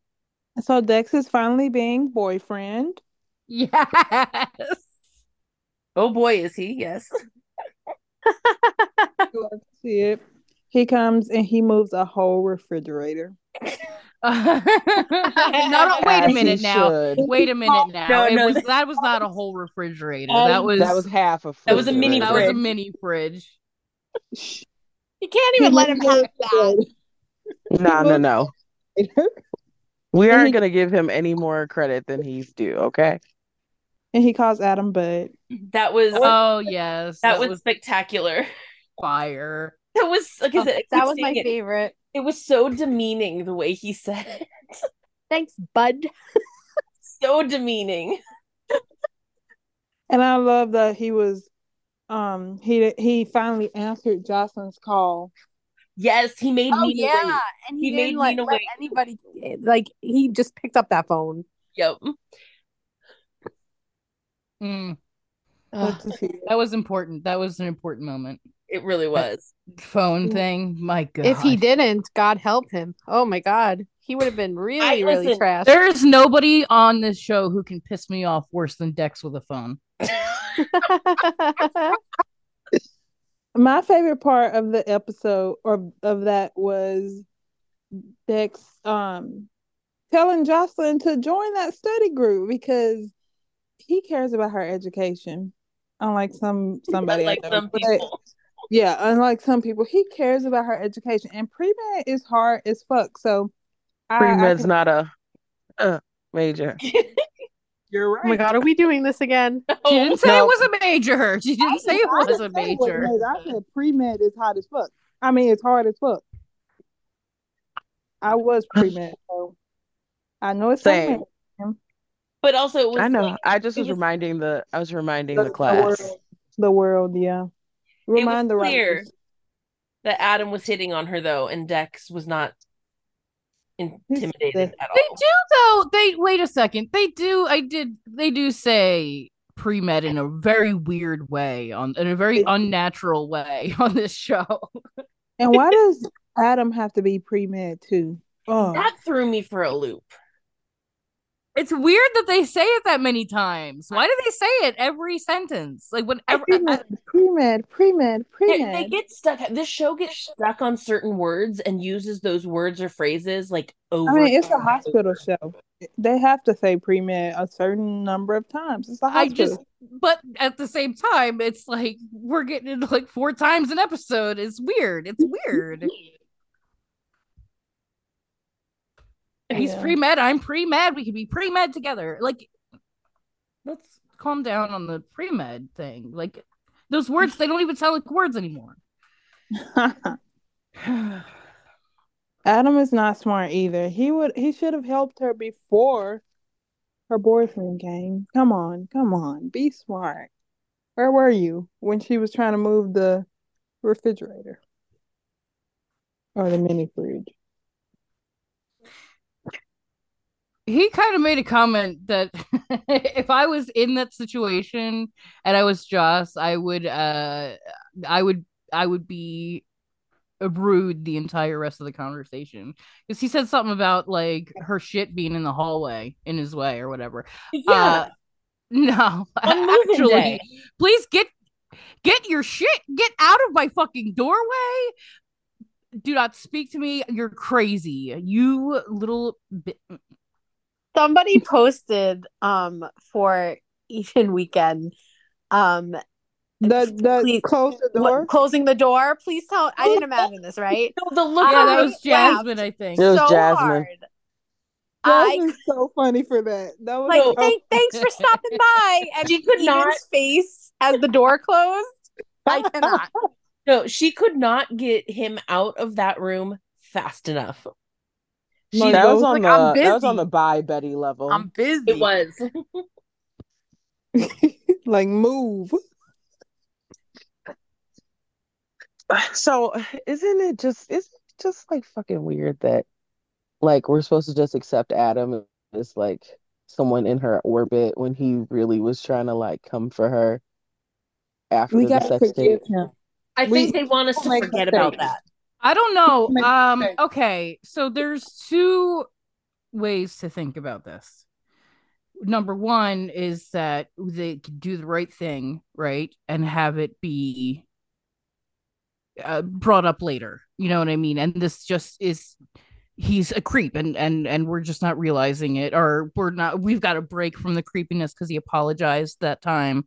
S5: So Dex is finally being boyfriend.
S2: Yes.
S3: Oh boy, is he? Yes.
S5: Love to see it. He comes and he moves a whole refrigerator.
S2: no, no, wait
S1: As
S2: a
S1: he
S2: minute now.
S1: should.
S2: Wait a minute now.
S3: No,
S2: it
S3: no,
S2: was,
S3: that-
S2: that was not a whole refrigerator.
S3: Um,
S2: that was
S1: That was half of
S3: That was a mini
S2: that was a
S3: fridge.
S2: mini fridge.
S5: Shh.
S4: You can't even let him have that.
S1: No, no, no. We
S5: And
S1: aren't
S5: he-
S1: going to give him any more credit than he's due, okay?
S5: And he calls Adam Bud.
S3: That was
S2: Oh yes,
S3: that, was, spectacular.
S2: fire.
S3: That was like I said, I
S4: Oh, That
S3: keep
S4: was my
S3: saying it.
S4: favorite.
S3: It was so demeaning the way he said it.
S4: Thanks, bud.
S3: So demeaning.
S5: And I love that he was um he he finally answered Jocelyn's call.
S3: Yes, he made
S4: Oh
S3: me
S4: yeah,
S3: wait.
S4: and
S3: He
S4: he,
S3: made
S4: didn't like
S3: Nina
S4: let
S3: wait.
S4: anybody. Like he just picked up that phone.
S3: Yep.
S2: Mm,
S5: Love
S4: Ugh,
S5: to see it.
S2: that was important. That was an important moment.
S3: It really was.
S2: Phone thing. My God.
S4: Mm. If he didn't, God help him. Oh my God, he would have been really, really
S3: listen,
S4: trashed.
S2: there is nobody on this show who can piss me off worse than Dex with a phone.
S4: Oh
S5: My favorite part of the episode or of that was Dex um telling Jocelyn to join that study group because he cares about her education. Unlike some somebody
S3: Unlike
S5: I know.
S3: some
S5: But-
S3: people.
S5: Yeah, unlike some people, he cares about her education, and pre med is hard as fuck. So, I, I
S1: Pre-med's
S5: can-
S1: not a uh, major. You're
S4: oh my God, are we doing this again?
S2: She didn't say
S1: No.
S2: it was a major. She didn't say it
S5: I
S2: was a
S5: didn't say it was
S2: major.
S5: major. I said pre med is hot as fuck. I mean, it's hard as fuck. I was pre med, so I know it's
S1: Same.
S5: pre-med.
S3: But also it was
S1: I know.
S3: like,
S1: I just
S3: it
S1: was
S3: was-
S1: reminding the I was reminding
S5: The,
S1: the,
S5: the
S1: class.
S5: world, the world, yeah. Remind the
S3: clear.
S5: writers.
S3: that Adam was hitting on her though, and Dex was not intimidated at
S2: They
S3: all.
S2: do though. They wait a second. They do. I did. They do say pre med in a very weird way on in a very
S5: They do.
S2: unnatural way on this show.
S5: And why does Adam have to be pre med too? Oh,
S3: That threw me for a loop.
S2: It's weird that they say it that many times. Why do they say it every sentence? Like whenever.
S5: pre med, pre med, pre med, pre
S3: They, they
S5: med.
S3: get stuck. This show gets stuck on certain words and uses those words or phrases like
S5: I
S3: over.
S5: mean, it's a
S3: and
S5: hospital
S3: over.
S5: show. They have to say pre med a certain number of times. It's a
S2: I
S5: hospital.
S2: just, but at the same time, it's like we're getting it like four times an episode. It's weird. It's weird. He's
S5: Yeah.
S2: pre med. I'm pre med. We could be pre med together. Like, let's calm down on the pre med thing. Like, those words, they don't even sound like words anymore.
S5: Adam is not smart either. He would he should have helped her before her boyfriend came. Come on, come on, be smart. Where were you when she was trying to move the refrigerator? or the mini fridge.
S2: he kind of made a comment that if I was in that situation and I was Joss, I would uh I would I would be rude the entire rest of the conversation because he said something about like her shit being in the hallway in his way or whatever.
S3: Yeah.
S2: Uh, no,
S3: On moving
S2: actually,
S3: day.
S2: please get get your shit get out of my fucking doorway. Do not speak to me. You're crazy. You little bi-
S4: somebody posted um for Eden weekend um
S5: The the
S4: Please-
S5: close the
S4: what-
S5: door.
S4: closing the door please tell I didn't imagine this right
S3: No, the look
S2: yeah,
S3: on
S2: that
S4: I
S2: was
S4: laughed
S2: Jasmine, I think.
S1: It was
S4: so
S1: Jasmine.
S4: hard
S5: That
S4: I
S5: was so funny for that. That was
S4: like
S5: so-
S4: thank, thanks for stopping by and
S3: She could not-
S4: Eden's face as the door closed I cannot
S3: No, she could not get him out of that room fast enough. She
S1: that was
S5: Mongos.
S1: on
S4: Like, I'm
S1: the that was on
S4: busy.
S1: the bye Betty level.
S4: I'm busy
S3: it was.
S5: like move.
S1: So isn't it just isn't it just like fucking weird that like we're supposed to just accept Adam as like someone in her orbit when he really was trying to like come for her after
S5: We
S1: the
S5: gotta
S1: sex tape.
S5: forgive him.
S3: I
S5: We-
S3: think they want us to
S5: Make
S3: forget about
S5: mistakes.
S3: that.
S2: I don't know.
S5: Make-
S2: Um
S5: make-
S2: okay, so there's two ways to think about this. Number one is that they could do the right thing, right? And have it be uh, brought up later. You know what I mean? And this just is he's a creep and and and we're just not realizing it or we're not we've got a break from the creepiness cuz he apologized that time.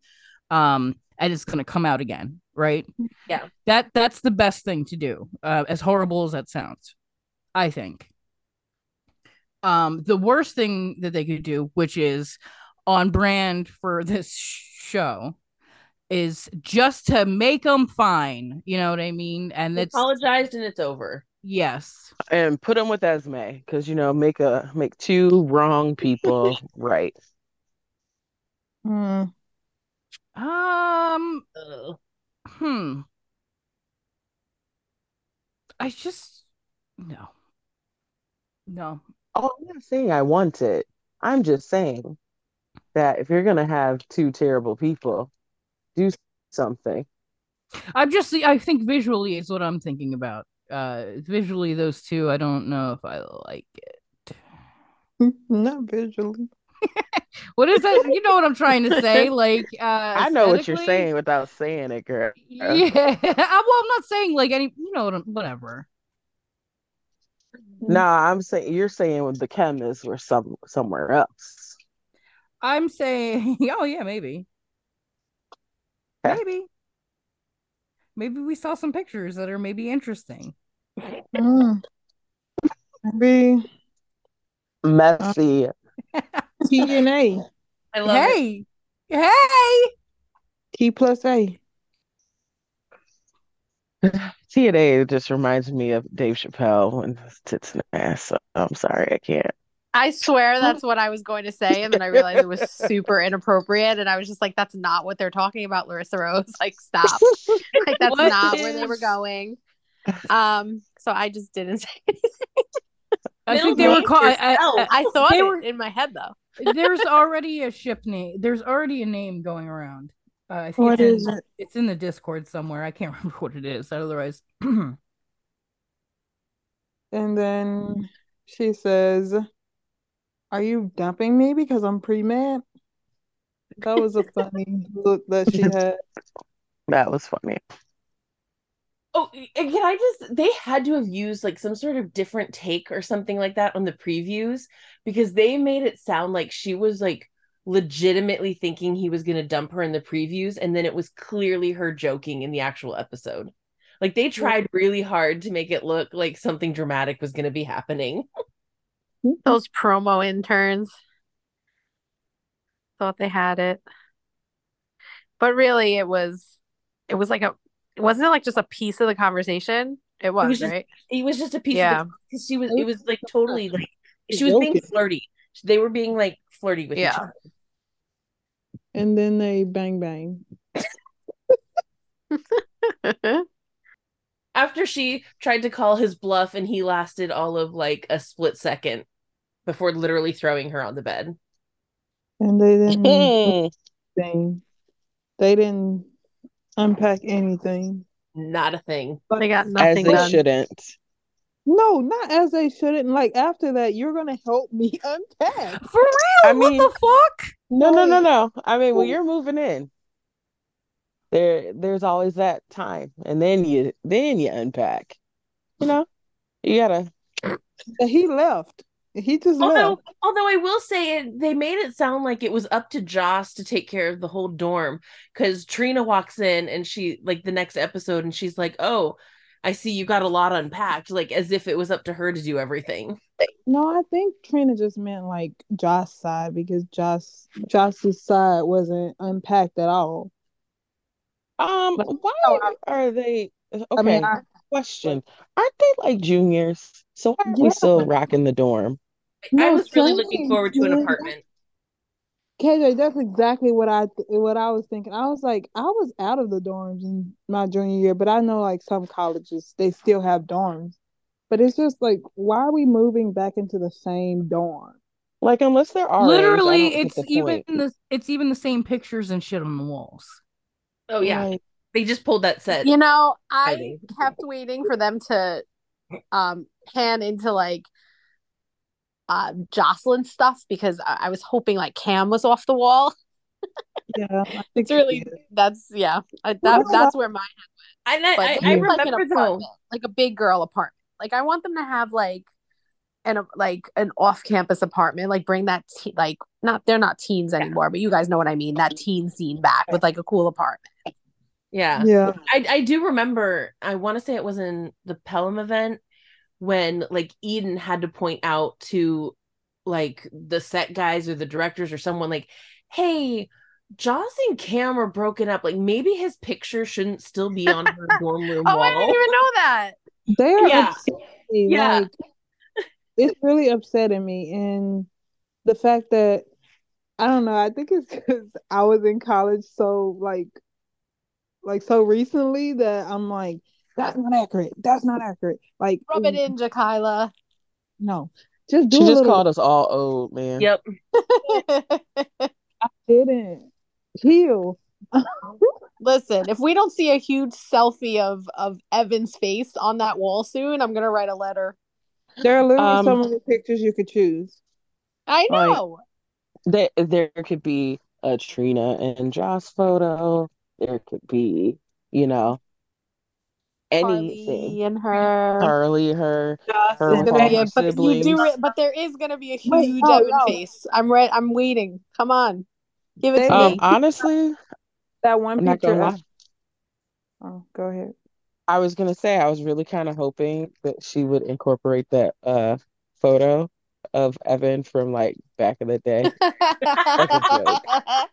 S2: Um and it's going to come out again, right?
S3: Yeah.
S2: That that's the best thing to do. Uh, as horrible as that sounds, I think. Um the worst thing that they could do, which is on brand for this show is just to make them fine, you know what I mean? And
S3: They
S2: it's
S3: apologized and it's over.
S2: Yes.
S1: And put him with Esme, because you know, make a make two wrong people right.
S5: Mm.
S2: Um.
S3: Ugh.
S2: Hmm. I just no. No.
S1: Oh, I'm not saying I want it. I'm just saying that if you're gonna have two terrible people, do something.
S2: I'm just. I think visually is what I'm thinking about. Uh, visually, those two. I don't know if I like it.
S5: Not visually.
S2: What is that? you know what I'm trying to say? Like, uh,
S1: I know what you're
S2: aesthetically?
S1: saying without saying it, girl.
S2: Yeah. well, I'm not saying like any. You know what? I'm, whatever.
S4: Mm-hmm.
S1: No, I'm saying you're saying with the chemists were some somewhere else.
S2: I'm saying. Oh yeah, maybe.
S1: Yeah.
S2: Maybe. Maybe we saw some pictures that are maybe interesting.
S5: Mm. Maybe
S1: Messy.
S5: TNA.
S3: I love it.
S2: hey, hey,
S5: T plus A.
S1: TNA just reminds me of Dave Chappelle and his tits and ass. So I'm sorry, I can't.
S4: I swear that's what I was going to say, and then I realized it was super inappropriate, and I was just like, "That's not what they're talking about, Larissa Rose. Like, stop. Like, that's
S2: What
S4: not where they were
S2: is-
S4: going." Um, so I just didn't say. Anything.
S2: I
S3: Middle
S2: think they were
S3: name
S2: called.
S3: yourself.
S4: I thought
S2: They
S4: it
S2: were-
S4: in my head though.
S2: there's already a ship name. There's already a name going around. Uh, I think
S5: What
S2: it's in,
S5: is it?
S2: It's in the Discord somewhere. I can't remember what it is. Otherwise, I
S5: And then she says, Are you dumping me because I'm pre mad? That was a funny look that she had.
S1: That was funny.
S3: Oh, and can I just? They had to have used like some sort of different take or something like that on the previews because they made it sound like she was like legitimately thinking he was going to dump her in the previews. And then it was clearly her joking in the actual episode. Like they tried really hard to make it look like something dramatic was going to be happening.
S4: Those promo interns thought they had it, but really, it was. It was like a. Wasn't it like just a piece of the conversation? It was,
S3: was just-
S4: right.
S3: It was just a piece
S4: Yeah.
S3: of because she was, it was like totally like she was
S5: Joking.
S3: being flirty. They were being like flirty with each
S4: Yeah.
S3: other.
S5: And then they bang bang.
S3: after she tried to call his bluff and he lasted all of like a split second before literally throwing her on the bed.
S5: And they didn't
S1: Hmm.
S4: Mm-hmm.
S5: thing. They didn't unpack anything.
S3: Not a thing.
S4: They got
S1: As
S4: nothing
S1: they
S4: done.
S1: shouldn't.
S5: No, not as they shouldn't. Like after that, you're gonna help me unpack.
S2: For real?
S1: I
S2: what
S1: mean-
S2: the fuck?
S1: No, no, no,
S5: Like,
S1: no. I mean, when
S5: Ooh.
S1: you're moving in, there there's always that time, and then you then you unpack. You know, you gotta.
S5: and He left. He just
S1: Oh,
S3: Although,
S5: left.
S3: although I will say it, they made it sound like it was up to Joss to take care of the whole dorm because Trina walks in and she like the next episode and she's like, "Oh, I see you got a lot unpacked," like as if it was up to her to do everything.
S5: No, I think Trina just meant like Josh's side because Josh Josh's side wasn't unpacked at all.
S1: Um,
S5: Like,
S1: why
S5: no, I,
S1: are they?
S5: I mean,
S1: Okay,
S5: I,
S1: question. Aren't they like juniors? So why aren't we
S5: yeah,
S1: still rocking the dorm?
S3: I
S5: no,
S3: was really looking
S5: same.
S3: forward to an
S5: man.
S3: apartment.
S5: KJ, that's exactly what I th- what I was thinking. I was like, I was out of the dorms in my junior year, but I know like some colleges they still have dorms. But it's just like, why are we moving back into the same dorm?
S1: Like, unless they're RAs, I
S2: Literally,
S1: don't get
S2: it's
S1: the
S2: even
S1: point.
S2: the it's even the same pictures and shit on the walls.
S3: Oh yeah,
S1: Like,
S3: they just pulled that set.
S4: You know, I
S3: Hiding.
S4: kept waiting for them to um pan into like uh Jocelyn stuff because I, I was hoping like Cam was off the wall.
S5: Yeah, I think
S4: It's
S5: they
S4: really
S5: did.
S4: that's yeah. I,
S5: Well,
S4: that
S5: that's
S4: that's where my
S3: And I,
S4: but
S3: I,
S4: they
S3: I
S5: Yeah.
S4: need like an
S3: remember though.
S4: apartment, like a big girl apartment. Like I want them to have like an a- like an off-campus apartment. Like bring that te- like not they're not teens anymore, but you guys know what I mean. That teen scene back with like a cool apartment.
S3: Yeah.
S5: Yeah,
S3: I, I do remember, I want to say it was in the Pelham event when like Eden had to point out to like the set guys or the directors or someone like, hey, Joss and Cam are broken up. Like maybe his picture shouldn't still be on her dorm room
S4: Oh, I didn't
S3: wall.
S4: even know that.
S5: they're
S3: Yeah.
S5: upsetting.
S3: Yeah.
S5: Like it's really upsetting me, and the fact that I don't know. I think it's because I was in college, so like like so recently that I'm like, that's not accurate. That's not accurate. Like,
S4: Rub it in, Jakila.
S5: no, just do
S1: she
S5: a
S1: just
S5: little.
S1: called us all old, man.
S3: Yep.
S5: Didn't heal.
S4: Listen, if we don't see a huge selfie of of Evan's face on that wall soon, I'm gonna write a letter.
S5: There are literally
S1: Um,
S5: some of the pictures you could choose.
S4: I
S1: Like,
S4: know.
S1: There, there could be a Trina and Joss photo. There could be, you know, anything.
S4: Carly and her.
S1: Carly, her, her
S4: There's
S1: with
S4: gonna
S1: all
S4: be
S1: her
S4: a but you do
S1: siblings.
S4: it, but there is gonna be a
S5: Wait,
S4: huge
S5: no,
S4: Evan
S5: no.
S4: face. I'm right. I'm waiting. Come on, give it
S5: They
S4: to
S1: Um,
S4: me.
S1: honestly,
S5: That one
S1: I'm not gonna
S5: picture of.
S1: lie.
S5: Oh, go ahead.
S1: I was gonna say I was really kind of hoping that she would incorporate that uh photo of Evan from like back in the day. That was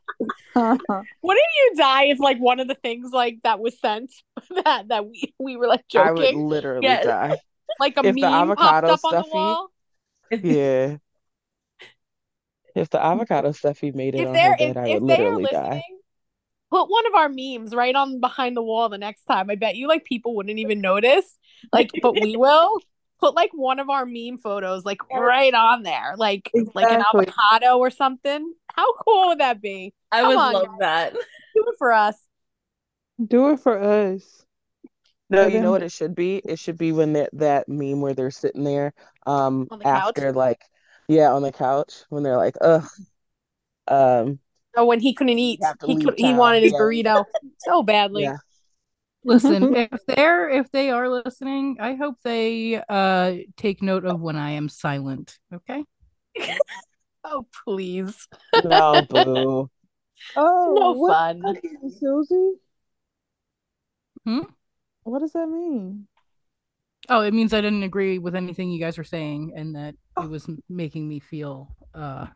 S1: really
S4: Wouldn't you die if like one of the things like that was sent that that we we were like
S1: I would
S4: joking,
S1: literally
S3: Yes.
S1: die.
S4: like a
S1: If the
S4: meme popped
S1: avocado
S4: up on the
S1: stuffy,
S4: wall?
S1: yeah. If the avocado stuffy made it
S4: If
S1: on her
S4: they're if
S1: bed, I would
S4: if they are
S1: literally die.
S4: listening, put one of our memes right on behind the wall the next time. I bet you like people wouldn't even notice. Like, but we will. Put like one of our meme photos like right on there, like like an
S5: Exactly.
S4: avocado or something. How cool would that be?
S3: I
S4: Come
S3: would
S4: on,
S3: love
S4: guys,
S3: that.
S4: do it for us.
S5: Do it for us.
S1: No,
S5: For
S1: you know
S5: them.
S1: what it should be? It should be when that that meme where they're sitting there, um,
S4: On the couch.
S1: after like, yeah, on the couch when they're like, ugh, um,
S4: Oh, when he couldn't
S1: we
S4: eat,
S1: have to
S4: he
S1: leave
S4: could he
S1: town.
S4: wanted his
S1: Yeah, we-
S4: burrito so badly.
S1: yeah.
S2: Listen, if they're if they are listening, I hope they uh take note of when I am silent. Okay.
S4: Oh, please.
S1: No, boo.
S5: Oh,
S4: No
S5: what
S4: fun.
S5: does that mean, Susie?
S2: Hmm?
S5: What does that mean?
S2: Oh, it means I didn't agree with anything you guys were saying and that
S5: Oh.
S2: it was m- making me feel uh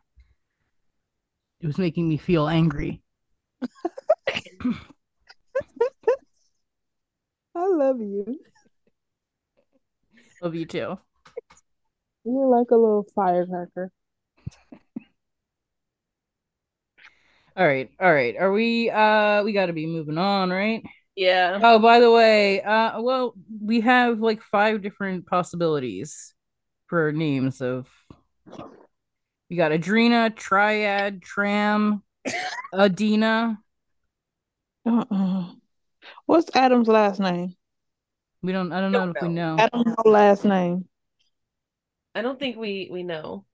S2: it was making me feel angry.
S5: I love you.
S2: Love you too.
S5: You're like a little firecracker.
S2: All right. All right. Are we uh we got to be moving on, right?
S3: Yeah.
S2: Oh, by the way, uh, well, we have like five different possibilities for names of. You got Adrena, Triad, Tram, Adina.
S5: Uh-uh. What's Adam's last name?
S2: We don't. I don't know
S3: Don't
S2: if we know.
S5: I don't know last name.
S3: I don't think we we know.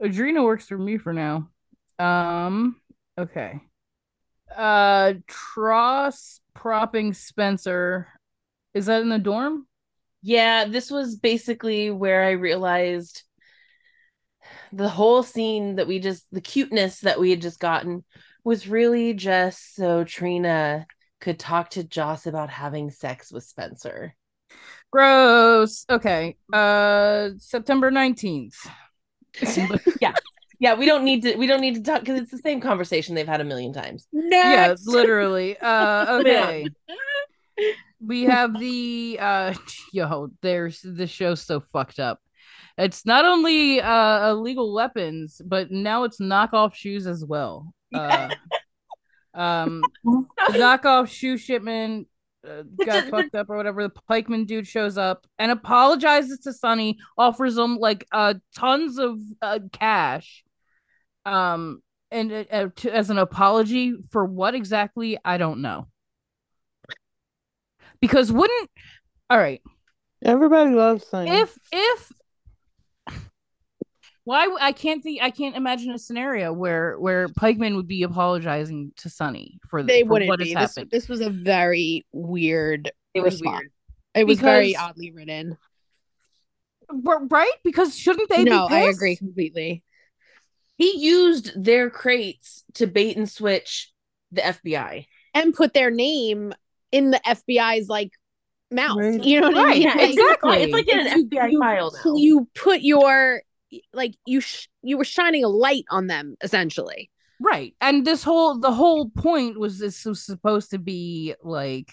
S2: Adrena works for me for now. Um. Okay. Uh, Tross propping Spencer. Is that in the dorm?
S3: Yeah, this was basically where I realized the whole scene that we just the cuteness that we had just gotten was really just so Trina could talk to Joss about having sex with Spencer.
S2: Gross. Okay. Uh, September nineteenth.
S3: Yeah, we don't need to we don't need to talk because it's the same conversation they've had a million times.
S2: yeah,
S4: Next.
S2: literally. Uh, okay. We have the uh, yo. There's the show's so fucked up. It's not only uh illegal weapons, but now it's knockoff shoes as well. Uh, um, knockoff shoe shipment uh, got
S3: is-
S2: fucked up or whatever. The pikeman dude shows up and apologizes to Sonny, offers him like uh tons of uh, cash, um, and uh, uh, to, as an apology for what exactly I don't know. Because wouldn't all right
S5: Everybody loves Sonny.
S2: if if why w- I can't think I can't imagine a scenario where where Pikeman would be apologizing to Sonny for
S4: They
S2: for
S4: wouldn't
S2: what
S4: be.
S2: has
S4: This,
S2: happened.
S4: this was a very weird
S3: It was
S4: response.
S3: weird.
S4: It was very
S2: Because-
S4: oddly written.
S2: R- right? Because shouldn't they
S4: no,
S2: be
S4: I
S2: pissed?
S4: agree completely.
S3: He used their crates to bait and switch the FBI.
S4: And put their name in the FBI's like mouth.
S5: Right.
S4: You know what
S2: Right,
S4: I mean?
S2: Yeah,
S4: Like,
S2: exactly.
S3: It's like in an
S4: you-
S3: FBI
S4: you-
S3: file now.
S4: You put your like you sh- you were shining a light on them essentially.
S2: Right. And this whole the whole point was this was supposed to be like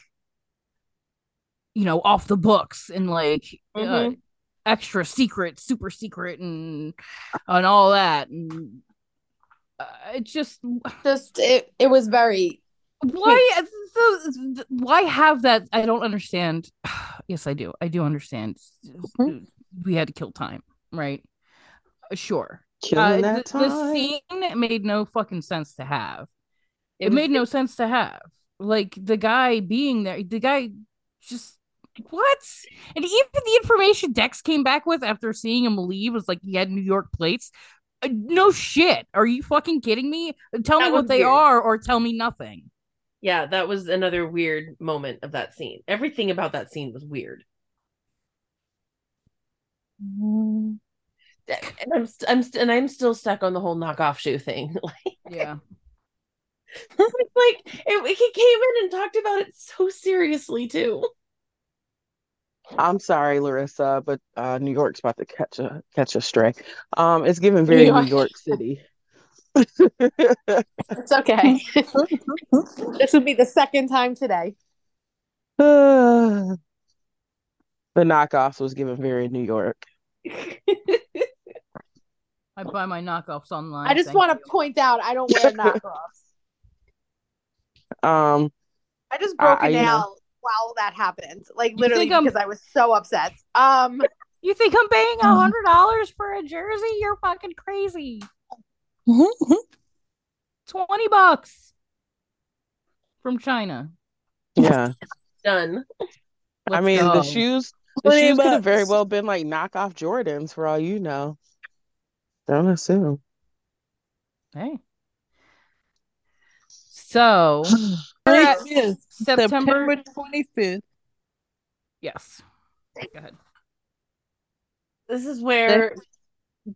S2: you know, off the books and like uh,
S3: Mhm.
S2: extra secret, super secret and and all that and uh, it's just
S4: Just it it was very
S2: why so, why have that i don't understand yes i do i do understand
S5: Mhm.
S2: we had to kill time right Uh, sure
S1: Killing
S2: Uh,
S1: that
S2: th- the
S1: time.
S2: scene made no fucking sense to have it,
S3: was-
S2: made no sense to have like the guy being there the guy just what and even the information dex came back with after seeing him leave was like he had new york plates Uh, no shit are you fucking kidding me tell
S3: That
S2: me
S3: was
S2: what they
S3: weird.
S2: are or tell me nothing
S3: Yeah, that was another weird moment of that scene. Everything about that scene was weird.
S5: Mm.
S3: And I'm st- I'm st- and I'm still stuck on the whole knockoff shoe thing. like,
S2: yeah
S3: like it, he came in and talked about it so seriously too.
S1: I'm sorry, Larissa, but uh, New York's about to catch a catch a stray. Um, it's given very New
S4: York.
S1: York City.
S4: it's okay. this would be the second time today.
S1: the knockoffs was given very New York.
S2: I buy my knockoffs online.
S4: I just
S2: thank
S4: want to
S2: you.
S4: point out I don't wear knockoffs.
S1: Um,
S4: I just
S1: I-
S4: broke
S1: I,
S4: it
S1: you know.
S4: down while that happened. Like
S2: You
S4: literally
S2: think I'm-
S4: because I was so upset. Um
S2: You think I'm paying a
S5: Um.
S2: hundred dollars for a jersey? You're fucking crazy. Twenty bucks from China.
S1: yeah.
S3: Done.
S1: I
S2: Let's
S1: mean,
S2: go.
S1: the shoes, the
S5: Twenty
S1: shoes could have very
S5: bucks.
S1: well been like knockoff Jordans for all you know. Don't assume.
S2: Hey. So we're at
S5: 25th,
S2: September.
S5: September 25th.
S2: Yes. Go ahead.
S3: This is where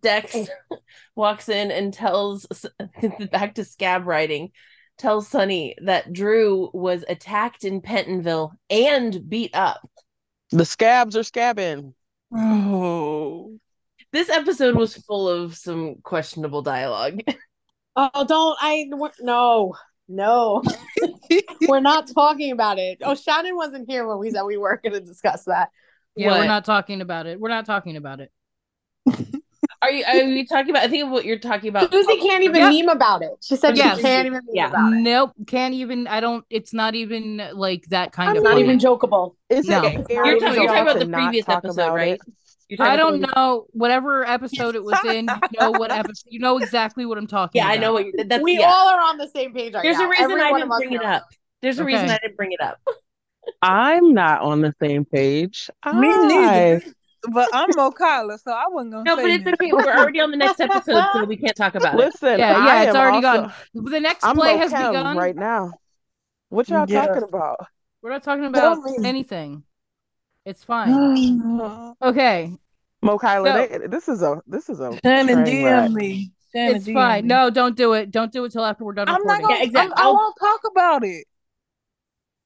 S3: Dex walks in and tells back to scab writing, tells Sonny that Drew was attacked in Pentonville and beat up.
S1: The scabs are scabbing.
S5: Oh.
S3: This episode was full of some questionable dialogue.
S4: Oh, don't I? we're- No, no, we're not talking about it. Oh, Shannon wasn't here when we said we weren't going to discuss that.
S2: Yeah,
S3: What?
S2: we're not talking about it. We're not talking about it.
S3: Are Are you are you talking about? I think what you're talking about.
S4: Susie can't even
S2: Yeah.
S4: meme about it. She said
S2: Yes.
S4: she can't even meme
S3: Oh, Yeah.
S4: about it.
S2: Nope, can't even. I don't. It's not even like that kind
S4: It's
S2: of.
S4: not
S2: woman.
S4: even jokeable.
S1: Is
S2: No.
S1: it scary
S4: You're talking-
S1: to
S4: you're talking
S1: y'all
S3: about
S1: to
S3: the
S1: not
S3: previous
S1: talk
S3: episode,
S1: about
S3: right?
S1: it?
S3: You're talking
S2: I
S3: about-
S2: don't know. Whatever episode it was in, you know what episode. You know exactly what I'm talking.
S3: Yeah, I know
S2: about.
S3: what you. That's
S4: we
S3: yeah.
S4: all are on the same page right
S3: There's
S4: now.
S3: a reason
S4: Every
S3: I
S4: one
S3: didn't
S4: of us
S3: bring it
S4: knows.
S3: up. There's a reason
S2: Okay.
S3: I didn't bring it up.
S1: I'm not on the same page.
S5: Me neither.
S1: I-
S5: But I'm Mo Kyla, so I wasn't gonna
S3: No,
S5: say
S3: but it's okay.
S5: nothing.
S3: We're already on the next episode, so we can't talk about it.
S1: Listen,
S2: Yeah,
S1: I
S2: yeah, it's
S1: am
S2: already
S1: also-
S2: gone. The next
S1: I'm
S2: play has
S1: Mokel
S2: begun.
S1: right now. What y'all
S5: Yeah.
S1: talking about?
S2: We're not talking about
S5: Totally.
S2: anything. It's fine.
S5: Fine.
S2: Okay,
S1: Mo Kyla,
S2: So-
S1: they- this is a this is a
S5: Shannon
S1: train wreck.
S5: DM me. Shannon
S2: it's
S5: DM
S2: fine.
S5: me.
S2: No, don't do it. Don't do it till after we're done
S5: I'm not
S2: recording.
S5: gonna.
S3: Yeah, exactly.
S5: I'm, I
S3: I'll-
S5: won't talk about it.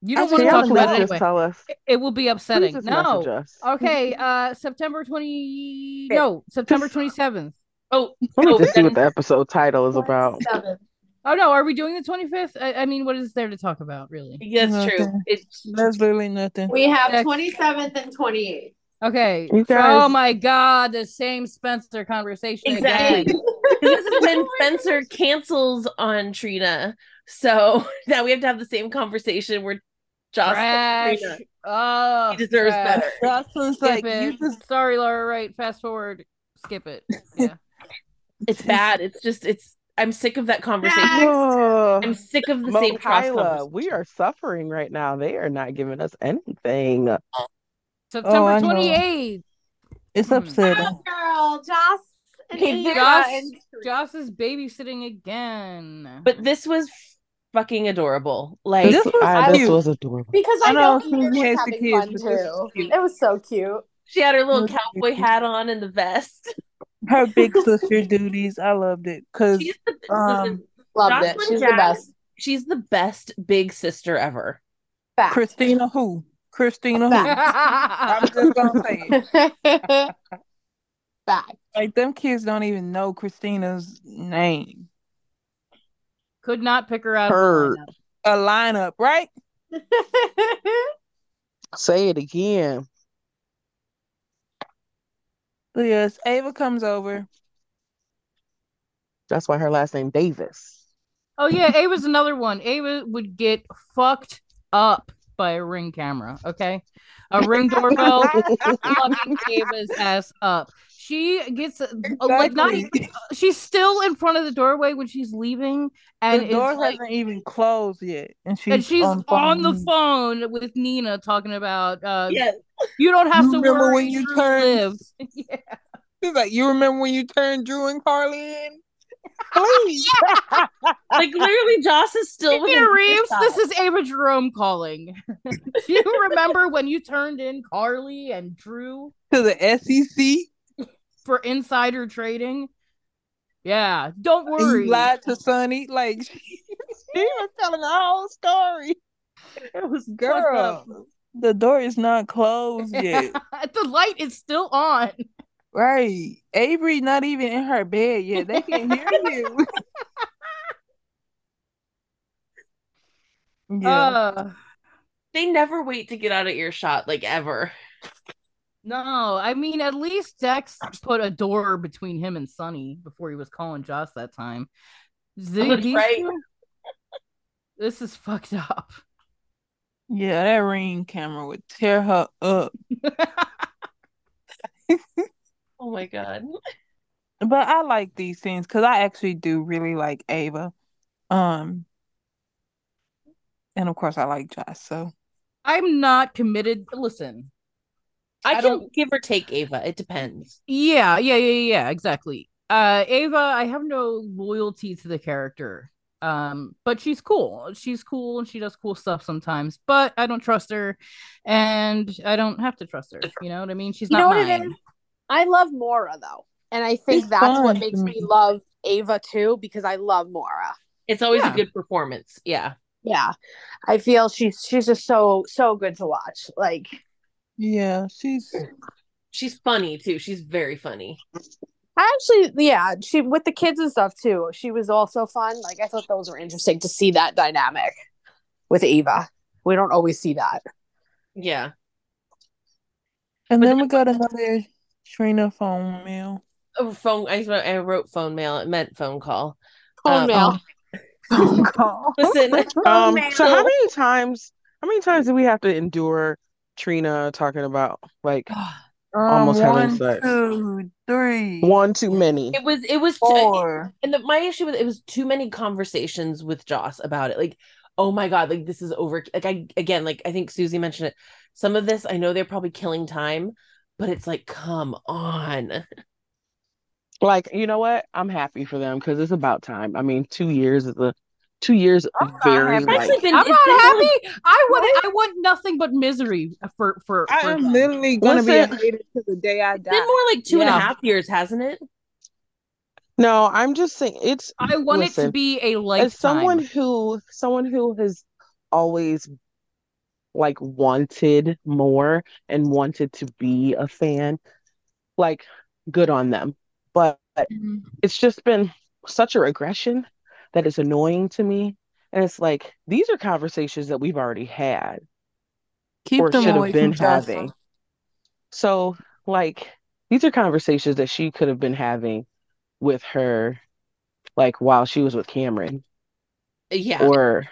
S2: You
S5: I
S2: don't want to
S5: just
S1: Can y'all
S2: talk
S5: wanna
S2: about
S1: please
S2: it
S5: know.
S1: just
S2: anyway.
S1: tell us?
S2: It- It will be
S1: Please
S2: upsetting.
S1: just message
S2: No.
S1: us.
S2: Okay. Uh, September twenty. No, September twenty seventh.
S3: Oh,
S1: Let me
S3: oh,
S1: just see what
S3: that's-
S1: the episode title is about.
S2: Oh no, are we doing the twenty fifth? I, I mean, what is there to talk about, really?
S3: that's true.
S5: Okay.
S3: It's
S5: That's literally nothing.
S4: We have
S2: Next.
S4: 27th and 28th.
S2: Okay.
S1: You
S2: so-
S1: guys-
S2: oh my God, the same Spencer conversation
S3: Exactly.
S2: again.
S3: this is when Spencer cancels on Trina. So now we have to have the same conversation where Jocelyn
S2: Trash.
S3: Trina.
S2: Oh,
S3: He deserves
S2: trash.
S3: better.
S5: Jocelyn's
S2: Skip
S5: like
S2: it.
S5: you just Oh,
S2: Sorry, Laura. Right. Fast forward. Skip it. Yeah.
S3: It's bad. It's just it's I'm sick of that conversation.
S6: Next.
S1: Oh,
S3: I'm sick of the
S1: Mo
S3: same cross
S1: Kyla,
S3: conversation.
S1: we are suffering right now. They are not giving us anything.
S2: September
S5: I know.
S2: twenty eighth.
S5: it's
S2: Hmm.
S5: upsetting.
S4: girl, Joss and
S3: Hey,
S4: Ava
S2: Joss-
S4: and
S2: Joss is babysitting again.
S3: But this was fucking adorable. Like
S1: This,
S5: This was
S1: I, this
S5: cute.
S1: was adorable.
S4: because I,
S5: I
S4: know,
S5: know
S4: Eden was
S5: Susie has the
S4: having
S5: kids,
S4: fun
S5: but this is
S4: too.
S5: cute.
S4: It was so cute.
S3: she had her little
S5: This is
S3: cowboy
S5: cute.
S3: hat on and the vest.
S5: Her big sister duties. I loved it because
S3: She's the
S5: um
S3: listen,
S4: Loved it.
S3: Jocelyn
S4: She's the
S3: Jack-
S4: best.
S3: she's the best big sister ever.
S4: Fact.
S5: Christina who Christina who
S4: Fact.
S5: I'm just gonna say it.
S4: Fact.
S5: Like them kids don't even know Christina's name.
S2: Could not pick her out. of the
S1: Hurt.
S2: lineup.
S5: A lineup, right?
S1: Say it again.
S5: But yes, Ava comes over.
S1: That's why her last name Davis.
S2: Oh yeah, Ava's another one. Ava would get fucked up by a ring camera. Okay, a ring doorbell fucking Ava's ass up. She gets uh, like not. Even,
S5: Exactly.
S2: she's still in front of the doorway when she's leaving, and
S5: the
S2: is
S5: door
S2: like,
S5: hasn't even closed yet, and she's,
S2: and she's on, the
S5: phone.
S2: phone with Nina talking about, uh,
S3: Yeah.
S2: you don't have
S5: You
S2: to
S5: remember
S2: worry.
S5: when you
S2: Drew
S5: turned-
S2: lives. yeah.
S5: She's like, "You remember when you turned Drew and Carly in? Please."
S3: Like literally Joss is still with
S2: Nina
S3: him.
S2: Reeves, this is Ava Jerome calling. Do you remember when you turned in Carly and Drew?
S5: to the E SEC.
S2: for insider trading. Yeah, don't
S5: and
S2: worry.
S5: You lied to Sonny. Like she was telling the whole story.
S3: it was fucked up.
S5: Girl, the door is not closed yet.
S2: the light is still on.
S5: right. Avery not even in her bed yet. They can hear you. yeah.
S2: Uh,
S3: They never wait to get out of earshot, like ever.
S2: no, I mean at least Dex put a door between him and Sonny before he was calling Joss that time. The-
S3: That's
S2: these
S3: right.
S2: two- this is fucked up.
S5: yeah, that ring camera would tear her up.
S3: Oh my god.
S5: But I like these scenes because I actually do really like Ava. Um and of course I like Josh, so
S2: I'm not committed. Listen,
S3: I,
S2: I
S3: can
S2: don't-
S3: give or take Ava. It depends.
S2: Yeah, yeah, yeah, yeah, exactly. Uh Ava, I have no loyalty to the character. Um, but she's cool. She's cool and she does cool stuff sometimes, but I don't trust her and I don't have to trust her. You know what I mean? She's
S4: You
S2: not
S4: know what it
S2: mine.
S4: is? I love Mora though. And I think
S5: She's
S4: that's
S5: fun
S4: what
S5: to
S4: makes me
S5: me.
S4: love Ava too, because I love Mora.
S3: It's always
S2: Yeah.
S3: a good performance. Yeah.
S4: Yeah. I feel she's she's just so so good to watch. Like
S5: yeah, she's
S3: She's funny too. She's very funny.
S4: I actually yeah, she with the kids and stuff too. She was also fun. Like I thought those were interesting to see that dynamic with Ava. We don't always see that.
S3: Yeah.
S5: and
S3: But
S5: then we got another Trina phone meal.
S3: oh, phone. I, just wrote- I wrote phone mail. It meant phone call.
S6: Phone
S2: Uh,
S5: Oh,
S3: Um,
S2: oh.
S6: mail.
S4: Phone call.
S3: Listen,
S1: Um, so how
S3: mail.
S1: many times? How many times do we have to endure Trina talking about like Almost
S4: um,
S1: having
S4: one,
S1: sex.
S4: two, three,
S1: one too many?
S3: it was it was
S5: Oh.
S4: four.
S3: and the, my issue with it was too many conversations with Joss about it. Like, oh my god, like this is over. Like I again, like I think Susie mentioned it. Some of this, I know they're probably killing time, but it's like, come on.
S1: Like, you know what? I'm happy for them because it's about time. I mean, two years is a two years
S4: I'm
S1: is
S4: not
S1: very
S4: happy.
S1: like
S3: Actually, been,
S2: I'm
S3: it's been
S2: not
S3: really-
S2: happy. I want I want nothing but misery for for.
S5: I
S2: for
S5: am
S2: them.
S5: literally gonna be
S1: Listen.
S5: a hater to the day I
S3: It's
S5: die.
S3: been more like two and a half
S2: Yeah.
S3: years, hasn't it?
S1: no, I'm just saying it's
S2: I want it
S1: Listen,
S2: to be a lifetime.
S1: as someone who someone who has always like wanted more and wanted to be a fan, like good on them. But it's just been such a regression that it's annoying to me. And it's like these are conversations that we've already had.
S7: Keep
S1: or
S7: them
S1: should have
S7: away
S1: been
S7: from Jocelyn.
S1: having. So, like, these are conversations that she could have been having with her, like, while she was with Cameron,
S3: Yeah.
S1: or,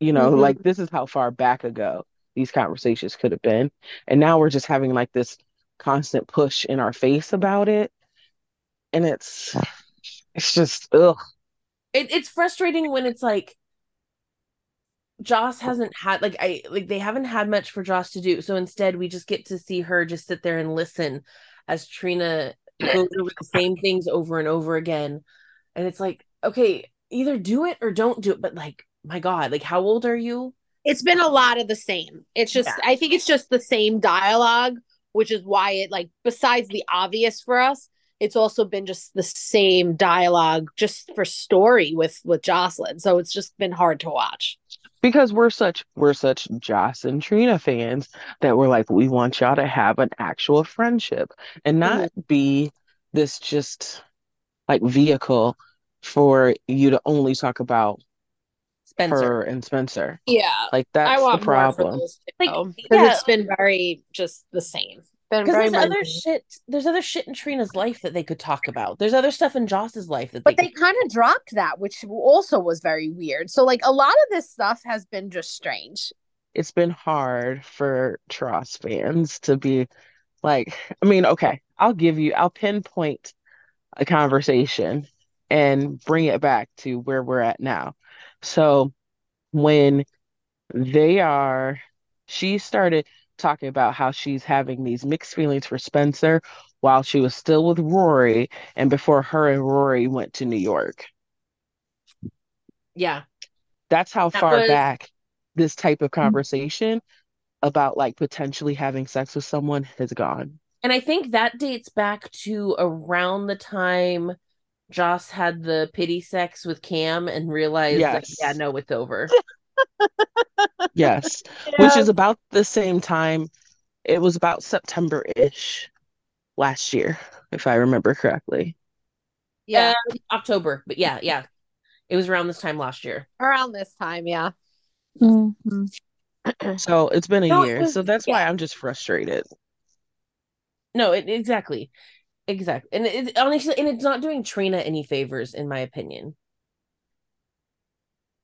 S1: you know,
S4: Mhm.
S1: like, this is how far back ago these conversations could have been. And now we're just having, like, this constant push in our face about it. And it's, it's just, ugh.
S3: it, it's frustrating when it's like Joss hasn't had like I like they haven't had much for Joss to do. So instead we just get to see her just sit there and listen as Trina goes over the same things over and over again. And it's like, okay, either do it or don't do it. But like, my God, like how old are you?
S4: It's been a lot of the same. It's just I think it's just the same dialogue, which is why it like besides the obvious for us, it's also been just the same dialogue just for story with with Jocelyn. So it's just been hard to watch.
S1: because we're such we're such Joss and Trina fans that we're like we want y'all to have an actual friendship and not
S4: Mm-hmm.
S1: be this just like vehicle for you to only talk about
S3: Spencer.
S1: her and Spencer.
S4: Yeah.
S1: Like that's
S4: I want
S1: the
S4: more for
S1: problem.
S4: those
S3: Like,
S4: two. Because
S3: yeah.
S4: it's been very just the same. Been
S3: Because
S4: very
S3: there's
S4: mundane.
S3: other shit there's other shit in Trina's life that they could talk about. There's other stuff in Joss's life that
S4: but
S3: they
S4: they kind of dropped that, which also was very weird. So like a lot of this stuff has been just strange.
S1: It's been hard for Tross fans to be like I mean, okay, I'll give you I'll pinpoint a conversation and bring it back to where we're at now. So when they are she started talking about how she's having these mixed feelings for Spencer while she was still with Rory and before her and Rory went to New York.
S3: yeah.
S1: That's how
S3: That
S1: far
S3: was- Mm-hmm.
S1: back this type of conversation about like potentially having sex with someone has gone.
S3: And I think that dates back to around the time Joss had the pity sex with Cam and realized, like,
S1: Yes.
S3: yeah, no, it's over.
S1: Yes. Which is about the same time. It was about September ish last year, if I remember correctly.
S4: Yeah.
S3: October, but yeah, yeah, it was around this time last year.
S4: around this time, yeah.
S5: Mhm.
S1: So it's been a
S3: No, it
S1: year.
S3: was-
S1: So that's why I'm just frustrated.
S3: No, it, exactly, exactly, and it, it- honestly, and it's not doing Trina any favors, in my opinion.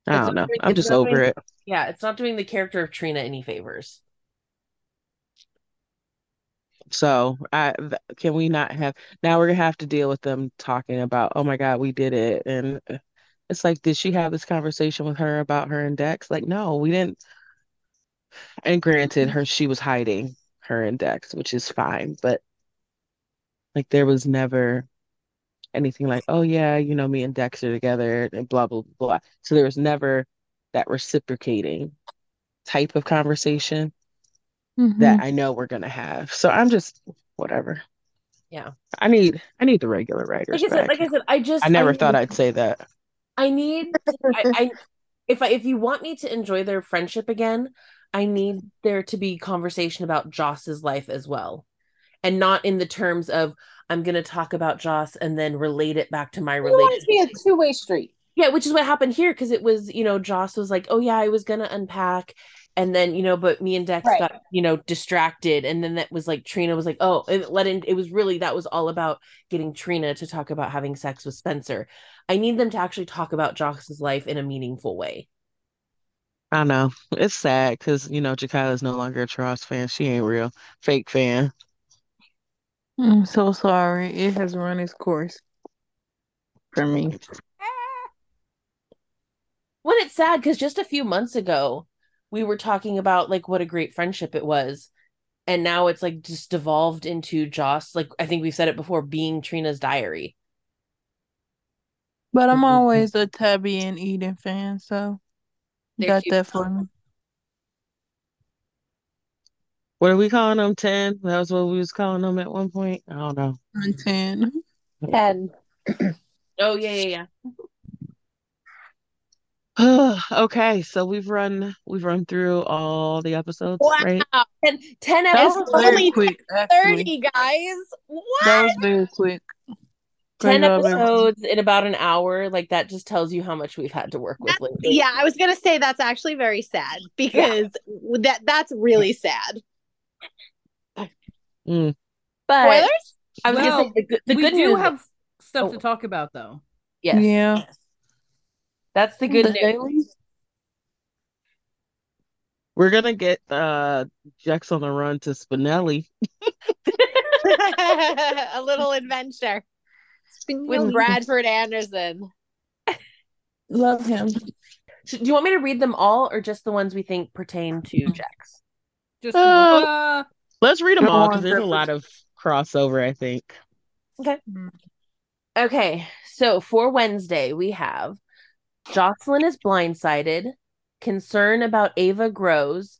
S1: I don't
S3: It's not
S1: know.
S3: doing-
S1: I'm
S3: it's
S1: just
S3: not
S1: over
S3: doing-
S1: it.
S3: Yeah, it's not doing the character of Trina any favors.
S1: So I th- can we not have now we're gonna have to deal with them talking about, oh my God, we did it. And uh, it's like, did she have this conversation with her about her and Dex? Like, no, we didn't. And granted, her she was hiding her and Dex, which is fine, but like there was never anything like, oh yeah, you know, me and Dex are together and blah blah blah. So there was never that reciprocating type of conversation
S5: Mm-hmm.
S1: that
S3: Mm-hmm.
S1: I know we're gonna have. So I'm just whatever.
S3: Yeah.
S1: I need I need the regular writers
S3: Like I said,
S1: back.
S3: like I said, I just
S1: I never
S3: need-
S1: thought I'd say that.
S3: I need I, I if I if you want me to enjoy their friendship again, I need there to be conversation about Joss's life as well. And not in the terms of I'm gonna talk about Joss and then relate it back to my relationship.
S4: be a two way street.
S3: Yeah, which is what happened here because it was, you know, Joss was like, Oh yeah, I was gonna unpack and then you know but me and dex
S4: Right.
S3: got you know distracted and then that was like trina was like oh and it let in it was really that was all about getting trina to talk about having sex with spencer i need them to actually talk about jox's life in a meaningful way
S1: I know. It's sad because, you know, Jakayla's no longer a Charles fan. She ain't real. Fake fan.
S5: I'm so sorry. It has run its course for me.
S3: when it's sad because just a few months ago we were talking about like what a great friendship it was and now it's like just devolved into joss like i think we've said it before being trina's diary
S5: But I'm
S1: Mhm.
S5: always a Tabby and Eden fan, so
S4: They're
S5: you got
S4: cute.
S5: that for me.
S1: What are we calling them? 10? That was what we was calling them at one point. I don't know.
S5: I'm 10.
S4: Ten.
S3: oh yeah yeah yeah
S1: okay, so we've run we've run through all the episodes,
S4: Wow.
S1: right?
S3: and 10
S5: That
S3: episodes
S5: was very
S4: only
S5: quick, actually.
S4: Thirty guys. What?
S5: That was very quick.
S3: 10
S5: Great job, everyone.
S3: episodes in about an hour like that just tells you how much we've had to work with lately
S4: Yeah, I was gonna say that's actually very sad because that that's really sad.
S1: Mm.
S3: but
S4: Spoilers?
S3: i was gonna say
S2: Well,
S3: the good, the
S2: we
S3: good
S2: do
S3: news
S2: have stuff
S3: Oh.
S2: to talk about though.
S3: yes
S5: Yeah.
S3: that's the good
S5: The
S3: news
S5: daily?
S1: We're gonna get uh Jex on the run to Spinelli.
S4: a little adventure with Bradford Anderson.
S5: Love him.
S3: Sh- do you want me to read them all or just the ones we think pertain to jax
S2: Just
S1: Uh, Let's read them
S5: Go
S1: all
S5: on,
S1: because there's a
S5: Pepper.
S1: lot of crossover, I think.
S3: Okay, so for Wednesday, we have Jocelyn is blindsided, concern about Ava grows,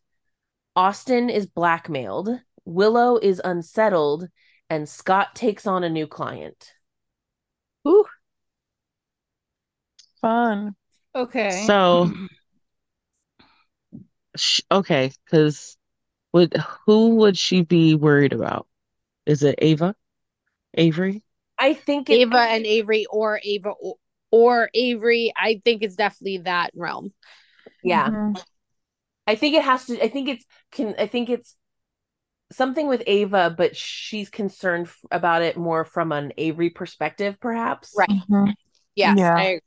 S3: Austin is blackmailed, Willow is unsettled, and Scott takes on a new client.
S5: Fun.
S2: okay.
S1: So sh- okay, because would who would she be worried about? Is it Ava? Avery?
S3: I think it,
S4: Ava and Avery or Ava or, or Avery. I think it's definitely that realm.
S3: yeah,
S5: Mhm.
S3: I think it has to. I think it's can. I think it's something with Ava, but she's concerned f- about it more from an Avery perspective, perhaps.
S4: Right.
S5: Mhm.
S4: Yes.
S5: Yeah.
S4: I agree.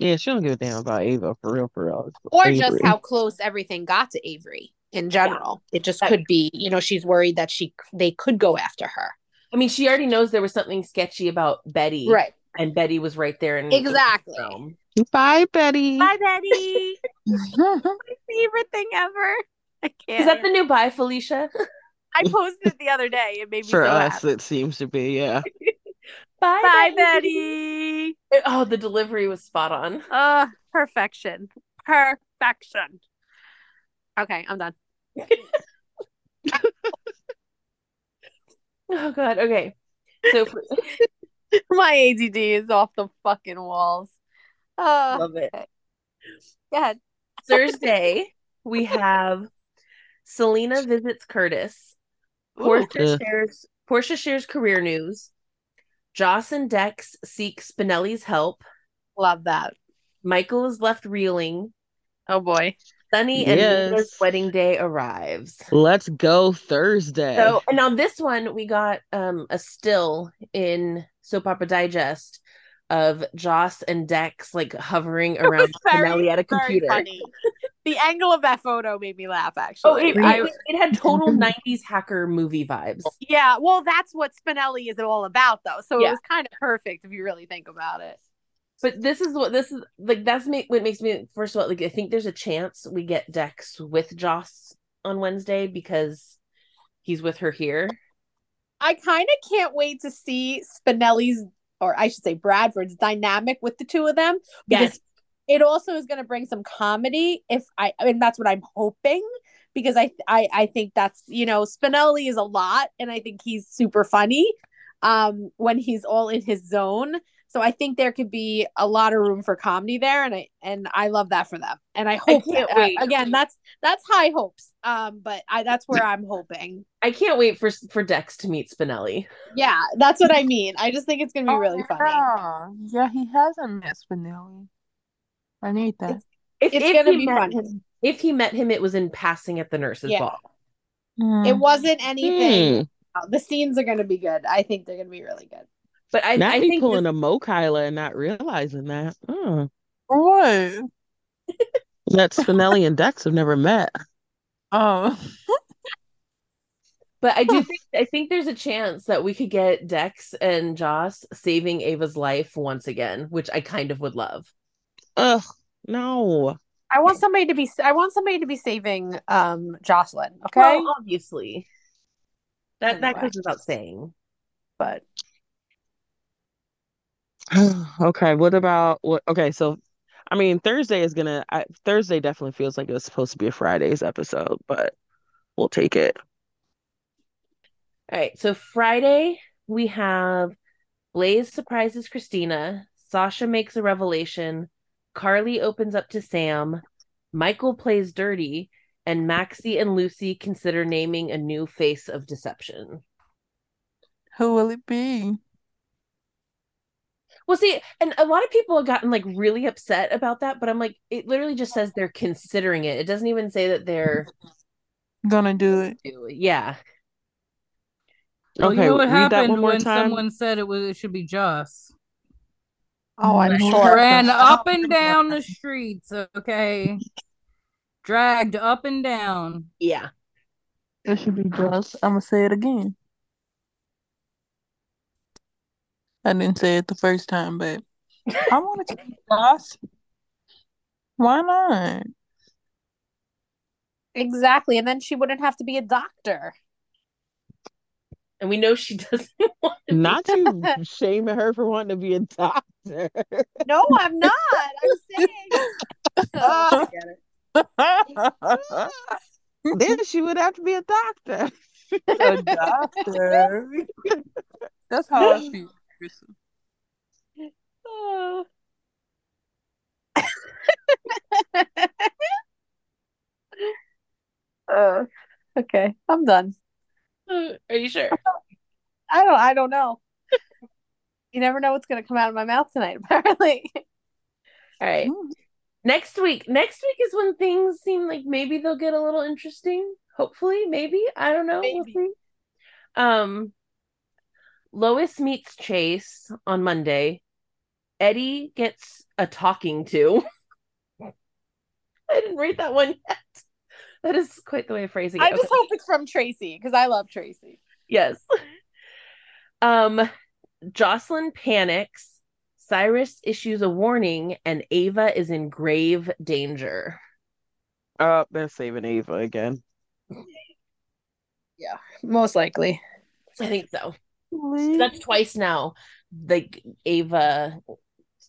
S1: Yeah, she don't give a damn about Ava for real, for real. It's
S4: Or just
S1: Avery.
S4: how close everything got to Avery in general. It just
S3: That-
S4: could be, you know, she's worried that she they could go after her.
S3: I mean, she already knows there was something sketchy about Betty, And Betty was right there in
S4: Exactly.
S3: Rome.
S1: Bye, Betty.
S4: Betty. Favorite thing ever. I can't.
S3: Is that the new buy, Felicia?
S4: I posted it the other day. It made me
S1: For
S4: so
S1: us,
S4: happy.
S1: it seems to be, yeah.
S3: Bye,
S4: Bye, Betty.
S3: Oh, the delivery was spot on.
S4: Uh, perfection. Perfection. Okay, I'm done.
S3: Oh God. Okay. So for-
S4: My ADD is off the fucking walls. Uh,
S3: love it.
S4: go ahead.
S3: Thursday we have Selena visits Curtis. Portia
S1: Ooh.
S3: shares Portia shares career news. Joss and Dex seek Spinelli's help.
S4: Love that.
S3: Michael is left reeling.
S4: Oh boy.
S3: Sunny and
S1: Yes.
S3: Rita's wedding day arrives.
S1: Let's go Thursday.
S3: So, and on this one, we got um a still in Soap Opera Digest of Joss and Dex like hovering around
S4: very,
S3: Spinelli at a computer.
S4: Very funny. The angle of that photo made me laugh actually.
S3: Oh, it,
S4: I-
S3: it, it had total '90s hacker movie vibes.
S4: yeah, well that's what Spinelli is all about though. So
S3: Yeah.
S4: it was kind of perfect if you really think about it.
S3: But this is what this is like. That's ma- what makes me first of all like. I think there's a chance we get Dex with Joss on Wednesday because he's with her here.
S4: I kind of can't wait to see Spinelli's or I should say Bradford's dynamic with the two of them because it also is going to bring some comedy if I and that's what I'm hoping because I I I think that's you know Spinelli is a lot and I think he's super funny um when he's all in his zone so I think there could be a lot of room for comedy there and I and I love that for them and I hope
S3: can't
S4: that- uh,
S3: wait.
S4: again that's that's high hopes um but I that's where I'm hoping
S3: I can't wait for for Dex to meet Spinelli.
S4: yeah, that's what I mean. I just think it's
S5: Oh,
S1: Oh
S4: gonna be really funny.
S5: Yeah, he hasn't met Spinelli. I need that.
S3: If,
S4: It's
S3: if
S4: gonna
S3: he
S4: be
S3: met
S4: fun.
S3: him, if he met him, it was in passing at the nurse's
S4: Yeah.
S3: ball.
S5: Mm.
S4: It wasn't anything.
S1: Hmm.
S4: The scenes are going to be good. I think they're going to be really good.
S3: But I,
S1: Not
S3: I
S1: me
S3: think
S1: pulling
S3: this-
S1: a Mo Kyla and not realizing that. Oh,
S5: What?
S1: that Spinelli and Dex have never met.
S5: Oh.
S3: but I do think I think there's a chance that we could get Dex and Joss saving Ava's life once again, which I kind of would love.
S1: Ugh, no.
S4: I want somebody to be. I want somebody to be saving um Jocelyn. Okay,
S3: Well, obviously. That that
S4: Anyway.
S3: goes without saying.
S4: but
S1: okay, what about what? Okay, so I mean Thursday is gonna. I, Thursday definitely feels like it was supposed to be a Friday's episode, but we'll take it.
S3: All right. So Friday, we have Blaze surprises Christina. Sasha makes a revelation. Carly opens up to Sam. Michael plays dirty. And Maxie and Lucy consider naming a new face of deception.
S5: Who will it be?
S3: Well, see, and a lot of people have gotten like really upset about that, but I'm like, it literally just says they're considering it. It doesn't even say that they're,
S5: Gonna do it.
S3: yeah.
S2: Well, you
S1: okay,
S2: know what
S1: read that
S2: happened
S1: one more
S2: when
S1: time.
S2: someone said it was it should be Joss.
S4: oh, I'm
S5: Right.
S4: sure.
S2: Ran up and down the streets, okay. Dragged up and down.
S3: Yeah.
S5: It should be just. I'm gonna say it again. I didn't say it the first time, but I want to change Josh. Why not?
S4: Exactly, and then she wouldn't have to be a doctor.
S3: And we know she doesn't want to be-
S1: Not you shaming her for wanting to be a doctor.
S4: No, I'm not. I'm saying. Oh, forget it.
S1: then she would have to be a doctor.
S5: a doctor. That's how I feel. Crystal.
S3: Oh.
S4: Uh, okay, I'm done.
S3: Uh, Are you sure?
S4: I don't. I don't know. you never know what's going to come out of my mouth tonight. Apparently,
S3: All right. Next week. Next week is when things seem like maybe they'll get a little interesting. Hopefully, maybe. I don't know. We'll
S4: Maybe.
S3: see. Um Lois meets Chase on Monday. Eddie gets a talking to. I didn't read that one yet. That is quite the way of phrasing it.
S4: I just
S3: Okay.
S4: hope it's from Tracy because I love Tracy.
S3: Yes. Um Jocelyn panics. Cyrus issues a warning and Ava is in grave danger.
S1: Oh, they're saving Ava again.
S4: Most likely.
S3: I think so.
S5: Please.
S3: that's twice now. Like Ava,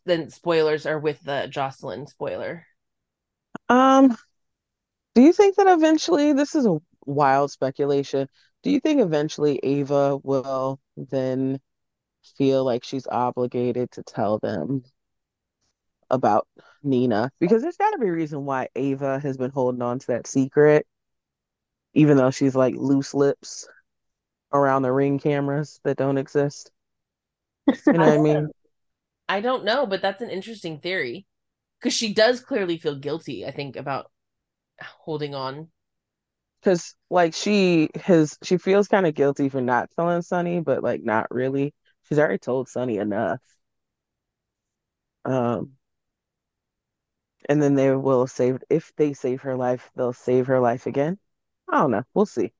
S3: then spoilers are with the Jocelyn spoiler.
S1: Um, do you think that eventually this is a wild speculation? Do you think eventually Ava will then feel like she's obligated to tell them about Nina? Because there's got to be a reason why Ava has been holding on to that secret, even though she's like loose lips around the ring cameras that don't exist. You know what I mean?
S3: I don't know, but that's an interesting theory because she does clearly feel guilty. I think about holding on.
S1: because like she has she feels kind of guilty for not telling Sunny, but like not really. She's already told Sunny enough. Um, and then they will save if they save her life, they'll save her life again. I don't know. We'll see.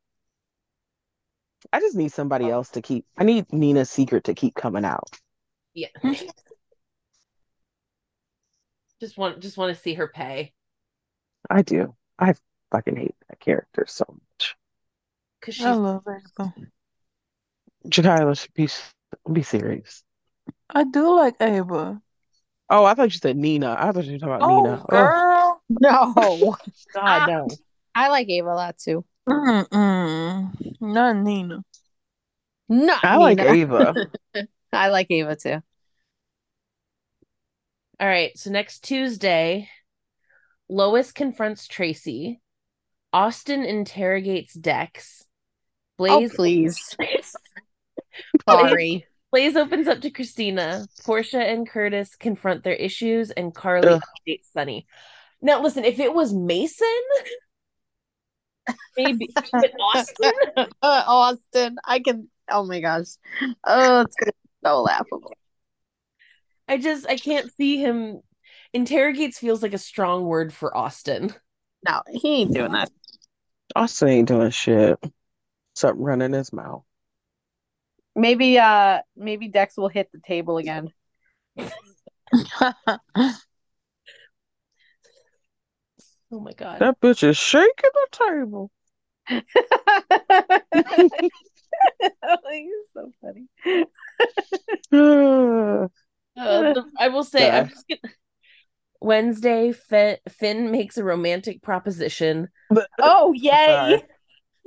S1: I just need somebody else to keep. I need Nina's secret to keep coming out.
S3: Yeah, just want just want to see her pay
S1: I do. I fucking hate that character so much.
S3: because
S5: I
S3: she's
S1: Oh,
S5: love Ava.
S1: Jakayla should be be serious.
S5: I do like Ava.
S1: Oh, I thought you said Nina. I thought you were talking about Nina.
S5: Oh,
S1: Ugh,
S5: girl.
S4: No,
S3: Ah,
S1: God, no.
S4: I like Ava a lot too.
S5: Mm-mm. Not Nina.
S4: Not
S1: I like
S4: Nina.
S1: Ava.
S4: I like Ava too.
S3: all right. So next Tuesday, Lois confronts Tracy. Austin interrogates Dex.
S4: Oh
S3: Blaze
S4: please, sorry.
S3: Blaze opens up to Christina. Portia and Curtis confront their issues, and Carly
S1: Ugh.
S3: updates Sunny. Now, listen, if it was Mason, maybe, but Austin,
S4: Uh, Austin, I can. Oh my gosh. Oh, it's gonna be so laughable.
S3: I just I can't see him. Interrogates feels like a strong word for Austin.
S4: No, he ain't doing that.
S1: Austin ain't doing shit except running his mouth.
S4: Maybe, uh, maybe Dex will hit the table again.
S3: Oh my god.
S1: That bitch is shaking the table.
S4: He's so funny.
S1: Uh,
S3: Uh, the- I will say, I'm
S1: Yeah.
S3: just gonna... Wednesday, Finn, Finn makes a romantic proposition.
S1: but-
S4: Oh, yay!
S1: Sorry.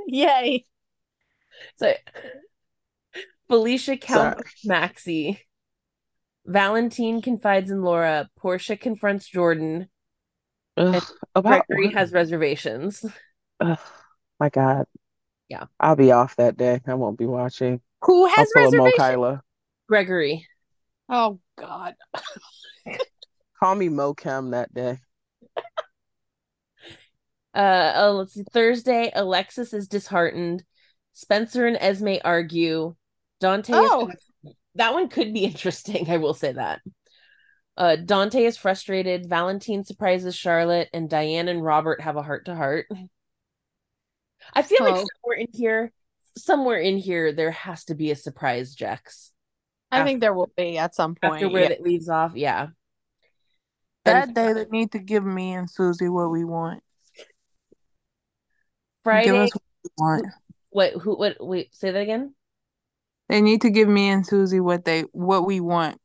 S4: Yay!
S3: So, Felicia counts Maxie. Valentine confides in Laura. Portia confronts Jordan.
S1: Ugh, about
S3: Gregory
S1: what?
S3: has reservations.
S1: Ugh, my God.
S3: Yeah.
S1: I'll be off that day. I won't be watching.
S4: Who
S1: I'll
S4: has
S1: pull a Mo
S4: reservation?
S1: Kyla.
S3: Gregory.
S4: Oh God!
S1: Call me Mo Chem that day.
S3: Uh, oh, let's see. Thursday, Alexis is disheartened. Spencer and Esme argue. Dante is
S4: Oh,
S3: that one could be interesting. I will say that. Uh, Dante is frustrated. Valentine surprises Charlotte, and Diane and Robert have a heart to heart. I feel like
S4: Oh.
S3: somewhere in here, somewhere in here, there has to be a surprise, Jax.
S4: I think there will be at some point.
S3: After where it leaves off, yeah.
S5: That
S3: And
S5: day they need to give me and Susie what we want. Give
S3: Friday,
S5: us what we want.
S3: what? Who? What? Wait, say that again.
S5: They need to give me and Susie what they what we want.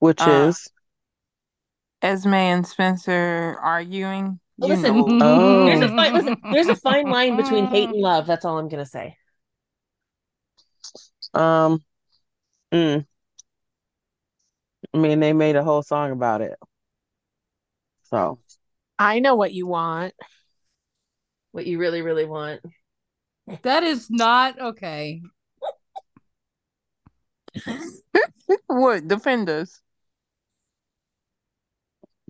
S1: Which
S5: Uh,
S1: is
S5: Esme and Spencer arguing. You
S3: Listen,
S5: know.
S1: Oh.
S3: There's a fine, listen, there's a fine line between hate and love. That's all I'm gonna say.
S1: um mm. I mean they made a whole song about it. So
S4: I know what you want.
S3: What you really, really want.
S2: That is not okay.
S5: what defenders?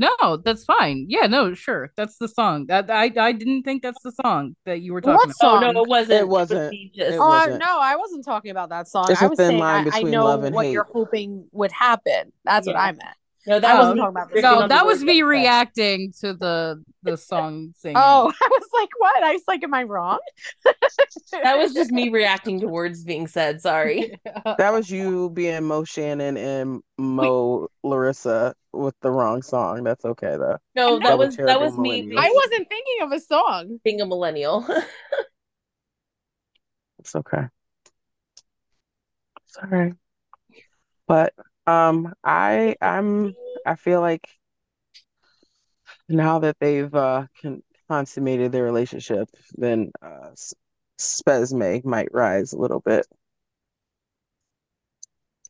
S2: No, that's fine. Yeah, no, sure. That's the song. That I I didn't think that's the song that you were talking
S4: What
S2: about.
S4: song?
S3: Oh no, it wasn't.
S1: It wasn't.
S3: He just-
S1: It
S4: Oh I-
S1: wasn't.
S4: no, I wasn't talking about that song.
S1: It's
S4: I
S1: a
S4: was
S1: thin
S4: saying
S1: line
S4: I, I
S1: between
S4: know
S1: love and
S4: what you're
S1: hate.
S4: hoping would happen. That's what
S3: Yeah.
S4: I meant.
S3: no, that
S4: I wasn't
S3: was
S4: talking about this.
S3: restricted
S2: No,
S3: on the
S2: that was
S3: words
S2: me
S3: that-
S2: reacting to the the song
S1: Mm.
S2: singing.
S4: Oh, I was like, what? I was like, am I wrong?
S3: That was just me reacting to words being said. Sorry.
S1: That was you being Mo Shannon and Mo Larissa with the wrong song. That's okay though.
S3: No,
S4: No.
S3: that was that
S1: Double-terrible
S3: was me
S1: millennial.
S3: being,
S4: I wasn't thinking of a song.
S3: being a millennial.
S1: It's okay. It's all right. But um I I'm I feel like now that they've uh con- consummated their relationship, then uh S- Spesme might rise a little bit.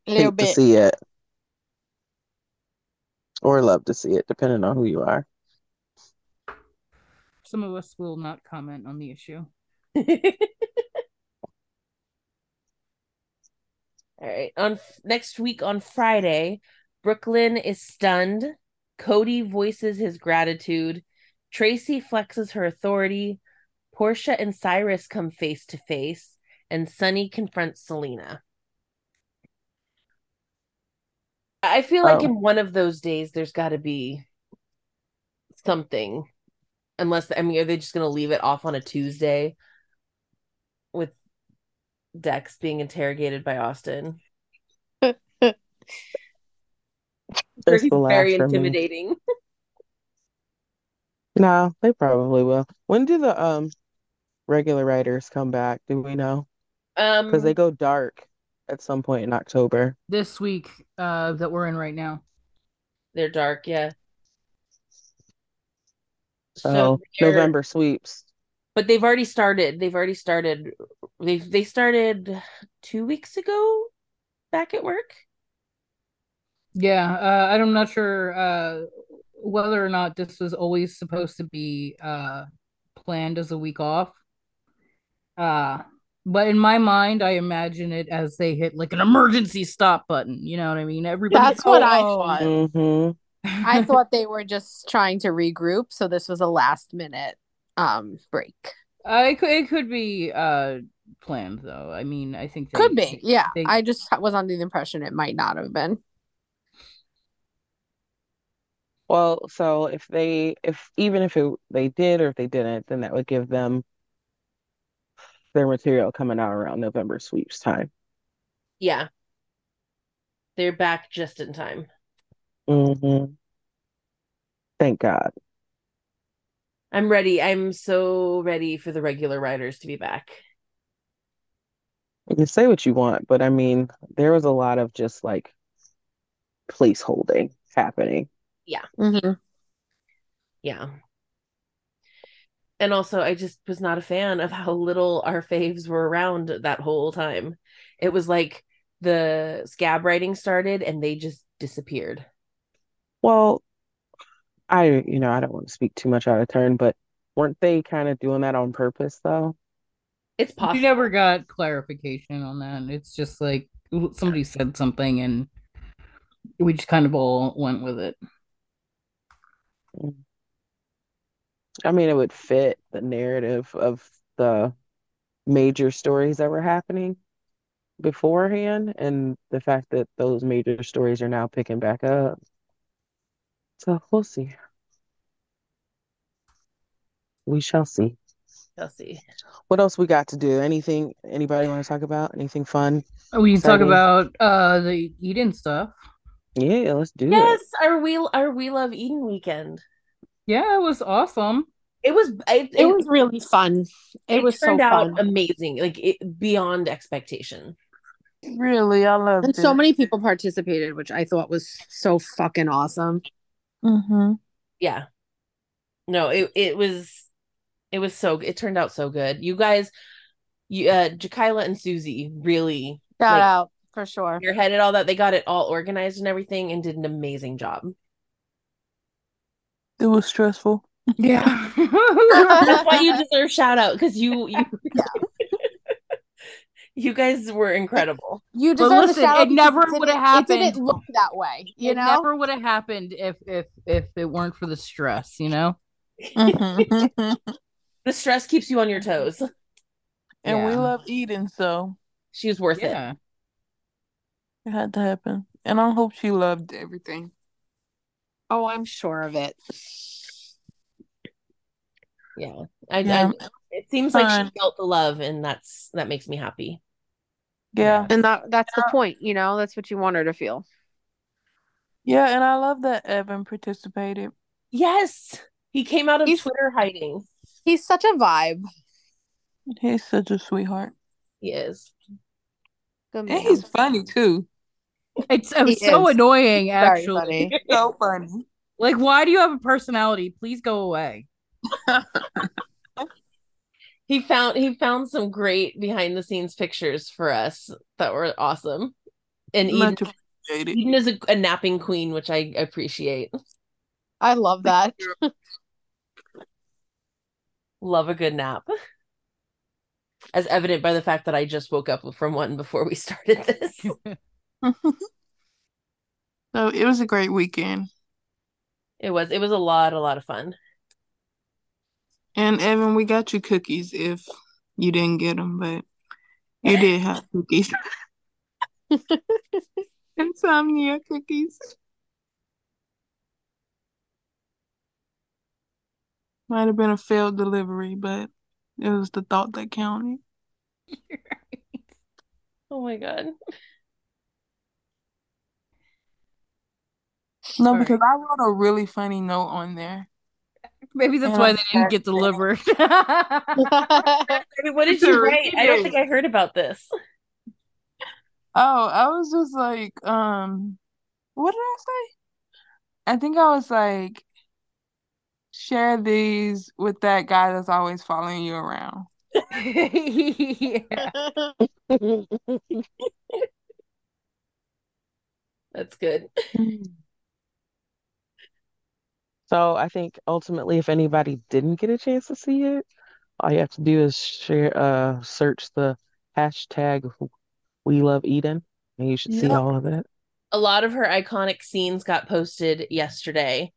S4: A
S1: Hate
S4: little
S1: to
S4: bit.
S1: see it or love to see it, depending on who you are.
S2: Some of us will not comment on the issue.
S3: All right. On f- next week on Friday, Brooklyn is stunned. Cody voices his gratitude. Tracy flexes her authority. Portia and Cyrus come face to face, and Sunny confronts Selena. I feel like
S1: Oh.
S3: in one of those days there's got to be something, unless I mean, are they just going to leave it off on a Tuesday with Dex being interrogated by Austin?
S1: It's
S3: He's
S1: the last
S3: very
S1: for me.
S3: intimidating.
S1: No, they probably will. When do the um regular writers come back? Do we know? Because
S3: Um,
S1: they go dark at some point in October.
S2: This week uh that we're in right now.
S3: they're dark, yeah. So
S1: So
S3: they're-
S1: Oh, November sweeps.
S3: but they've already started. They've already started. They have they started two weeks ago, back at work.
S2: Yeah, uh, I'm not sure uh, whether or not this was always supposed to be uh, planned as a week off. Uh, but in my mind, I imagine it as they hit like an emergency stop button. You know what I mean? Everybody
S4: That's
S2: go
S4: what I
S2: home.
S4: thought.
S1: Mm-hmm.
S4: I thought they were just trying to regroup, so this was a last minute um break.
S2: Uh, it could it could be uh planned though. I mean, I think they-
S4: Could be,
S2: they-
S4: yeah.
S2: they-
S4: I just was under the impression it might not have been.
S1: Well, so if they, if even if it, they did or if they didn't, then that would give them their material coming out around November sweeps time.
S3: Yeah. They're back just in time.
S1: hmm Thank God.
S3: I'm ready. I'm so ready for the regular riders to be back.
S1: You can say what you want, but I mean, there was a lot of just like placeholding happening.
S4: Mhm.
S3: Yeah. And also, I just was not a fan of how little our faves were around that whole time. It was like the scab writing started and they just disappeared.
S1: Well, I, you know, I don't want to speak too much out of turn, but weren't they kind of doing that on purpose though?
S3: It's
S2: We
S3: possible.
S2: never got clarification on that. and It's just like somebody said something and we just kind of all went with it.
S1: I mean, it would fit the narrative of the major stories that were happening beforehand and the fact that those major stories are now picking back up. So we'll see. We shall see.
S3: We'll see.
S1: What else we got to do? Anything anybody want to talk about? Anything fun?
S2: We can Oh, talk
S1: Exciting.
S2: about uh the Eden stuff.
S1: Yeah, let's do
S3: Yes,
S1: it.
S3: our we our we love Eden weekend.
S2: Yeah, it was awesome.
S3: It was it,
S4: It was really fun. It, was so
S3: turned out
S4: fun.
S3: amazing, like it beyond expectation.
S1: Really, I loved
S4: and so many people participated, which I thought was so fucking awesome.
S5: Mm-hmm.
S3: yeah no it it was it was so it turned out so good you guys you uh Jakayla and Susie really
S4: Shout
S3: Like-
S4: out for sure.
S3: spearheaded all that they got it all organized and everything and did an amazing job
S5: It was stressful.
S2: Yeah.
S3: that's why you deserve shout out because you you you guys were incredible
S4: You
S2: But
S4: deserve
S2: listen,
S4: a shout out
S2: it
S4: because
S2: never
S4: didn't-
S2: would've happened.
S4: It didn't look that way, you
S2: it
S4: know.
S2: never would have happened if if if it weren't for the stress, you know?
S5: Mhm.
S3: the stress keeps you on your toes
S5: and we
S2: Yeah.
S5: love Eden, so
S3: she was worth it
S2: Yeah.
S5: it had to happen. And I hope she loved everything.
S4: oh, I'm sure of it.
S3: yeah I,
S5: Yeah.
S3: I it seems like
S5: Fun.
S3: she felt the love and that's that makes me happy
S5: Yeah.
S4: And that that's the point, you know. That's what you want her to feel.
S5: Yeah, and I love that Evan participated.
S3: yes he came out of
S4: He's-
S3: twitter hiding
S4: He's such a vibe.
S5: He's such a sweetheart.
S3: he is
S4: Good
S5: And
S4: man.
S5: he's funny too.
S2: It's uh,
S4: He
S2: so
S4: is.
S2: annoying
S4: Very
S2: actually.
S4: funny.
S5: So funny.
S2: Like why do you have a personality? Please go away.
S3: He found he found some great behind the scenes pictures for us that were awesome. And Eden,
S5: Much appreciated.
S3: Eden is a, a napping queen, which I appreciate.
S4: I love that.
S3: Love a good nap. As evident by the fact that I just woke up from one before we started this.
S5: So it was a great weekend.
S3: It was it was a lot, a lot of fun.
S5: And Evan, we got you cookies if you didn't get them, but you did have cookies. Insomnia cookies. Might have been a failed delivery, but it was the thought that counted.
S3: Oh my god.
S5: No,
S2: All
S5: because I wrote a really funny note on there.
S2: Maybe that's
S5: And
S2: why
S4: Oh,
S5: I'm
S2: they didn't get delivered.
S3: I mean, what did you write? I don't think I heard about this.
S5: Oh, I was just like, um, what did I say? I think I was like, share these with that guy that's always following you around.
S2: yeah.
S3: That's good.
S1: So I think ultimately, if anybody didn't get a chance to see it, all you have to do is share, uh, search the hashtag We Love Eden, and you should see
S5: Yep.
S1: all of it.
S3: a lot of her iconic scenes got posted yesterday.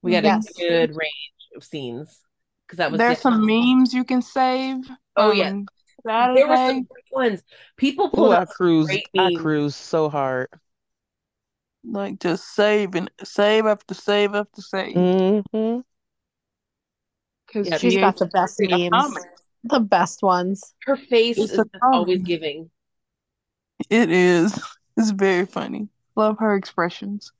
S3: We got
S4: Yes.
S3: a good range of scenes because that was
S5: There's
S3: it.
S5: some memes you can save.
S3: Oh,
S5: on
S3: yeah.
S5: Saturday.
S3: There were some great ones. People
S1: Ooh,
S3: pulled
S1: I
S3: up
S1: cruised.
S3: great
S1: I
S3: memes.
S1: cruised so hard.
S5: like just save and save after save after save.
S1: hmm
S5: Because
S3: Yeah,
S4: She's got the best
S5: create
S4: memes.
S5: a comic.
S4: The best ones.
S3: her face
S5: It's
S3: is
S5: a
S3: just always
S5: problem.
S3: giving.
S5: It is. It's very funny. Love her expressions.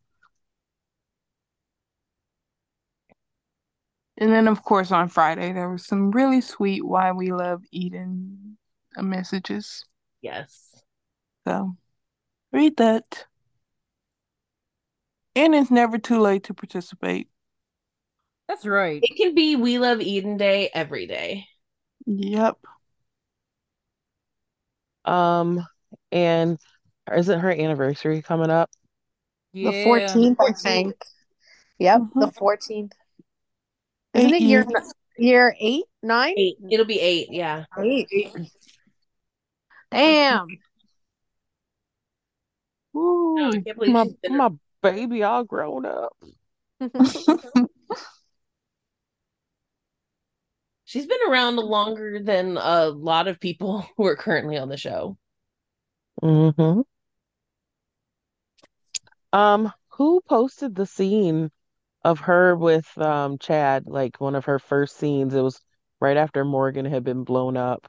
S5: And then, of course, on Friday, there was some really sweet "Why We Love Eden" uh, messages.
S3: Yes.
S5: So read that. And it's never too late to participate.
S2: That's right.
S3: It can be We Love Eden Day every day.
S5: Yep.
S1: Um, and isn't her anniversary coming up?
S4: The
S2: Yeah.
S4: 14th, I think. Yep, the
S5: Mhm.
S4: 14th. Isn't it
S5: Eight
S4: year
S5: years.
S4: year eight, nine?
S3: Eight. It'll be eight. Yeah.
S4: Eight. Damn.
S5: Woo.
S3: I can't believe
S1: My
S3: she's been
S1: my baby all grown up.
S3: she's been around longer than a lot of people who are currently on the show.
S1: hmm Um, who posted the scene of her with um Chad, like one of her first scenes? It was right after Morgan had been blown up.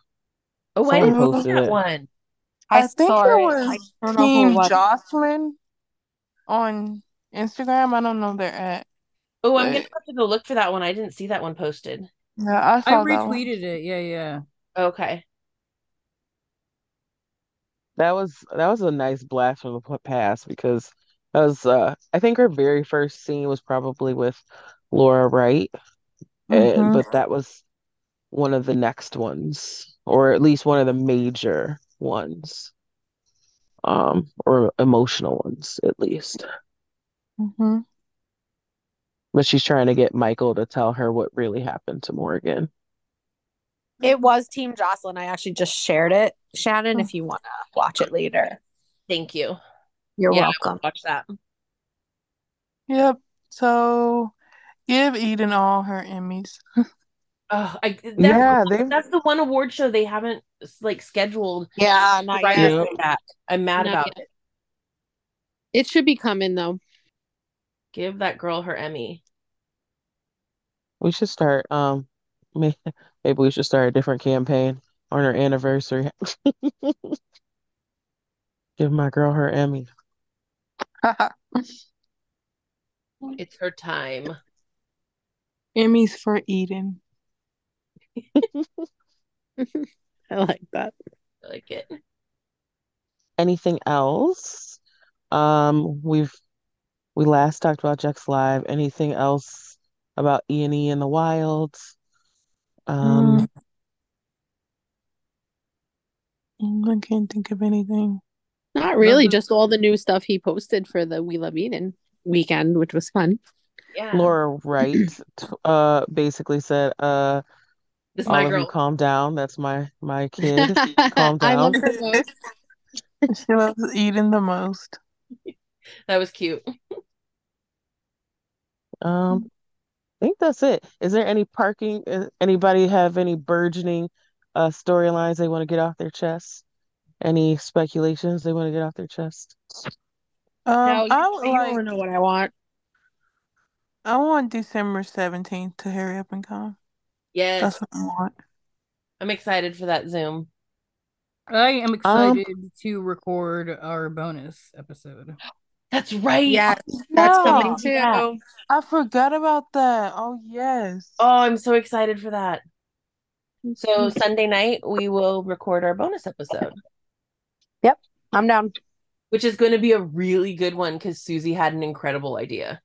S3: Oh, I
S1: Someone
S3: didn't see
S1: posted
S3: that
S1: it.
S3: one.
S5: I,
S6: I
S5: think
S6: saw
S5: it
S6: it. I
S5: was
S6: don't know who it
S5: Team
S6: was.
S5: Jocelyn on Instagram. I don't know their at.
S3: Oh, I'm gonna
S5: Right.
S3: have to go look for that one. I didn't see that one posted.
S5: Yeah, I
S2: I
S5: saw that one.
S2: retweeted it. Yeah, yeah.
S3: Okay.
S1: That was that was a nice blast from the p- past because that was uh I think her very first scene was probably with Laura Wright, and
S5: Mhm.
S1: Eh, but that was one of the next ones, or at least one of the major ones, um, or emotional ones at least.
S5: Mhm.
S1: But she's trying to get Michael to tell her what really happened to Morgan.
S4: It was Team Jocelyn. I actually just shared it. Shannon, if you want to watch it later,
S3: Thank you.
S4: you're
S3: Yeah, I will
S4: welcome.
S3: watch that.
S5: Yep. So give Eden all her Emmys.
S3: Oh, I that's
S1: Yeah, they
S3: that's the one award show they haven't like scheduled
S4: Yeah, not
S3: the writers
S1: yet.
S3: come back. I'm mad
S8: Not
S3: about
S8: yet.
S3: it.
S4: It should be coming though.
S3: Give that girl her Emmy.
S1: we should start um may- maybe we should start a different campaign on her anniversary. Give my girl her Emmy.
S3: It's her time.
S5: Emmys for Eden.
S4: I like that.
S3: I like it.
S1: Anything else? Um, we've we last talked about Jack's Live. Anything else about E and E in the wilds? Um,
S5: Mm, Mm, I can't think of anything.
S4: Not really,
S5: Nothing.
S4: just all the new stuff he posted for the We Love Eden weekend, which was fun.
S3: Yeah.
S1: Laura Wright t- uh basically said, uh,
S3: This is
S1: all
S3: my
S1: of you
S3: girl.
S1: calm down. That's my my kid. Calm
S4: I love
S1: down.
S4: her most.
S5: She loves Eden the most.
S3: That was cute.
S1: Um, I think that's it. Is there any parking? uh, Anybody have any burgeoning uh storylines they want to get off their chest? Any speculations they want to get off their chest?
S5: Um,
S4: No, you,
S5: I would
S4: you
S5: like.
S4: don't know what I want.
S5: I want December seventeenth to hurry up and come.
S3: Yes.
S5: That's what I want.
S3: I'm excited for that Zoom.
S2: I am excited
S4: Um,
S2: to record our bonus episode.
S3: That's right.
S4: Yeah, that's coming
S5: Yeah.
S4: too.
S3: Yeah.
S5: I forgot about that. Oh yes.
S3: Oh, I'm so excited for that. So Sunday night we will record our bonus episode,
S4: I'm down.
S3: which is going to be a really good one because Susie had an incredible idea.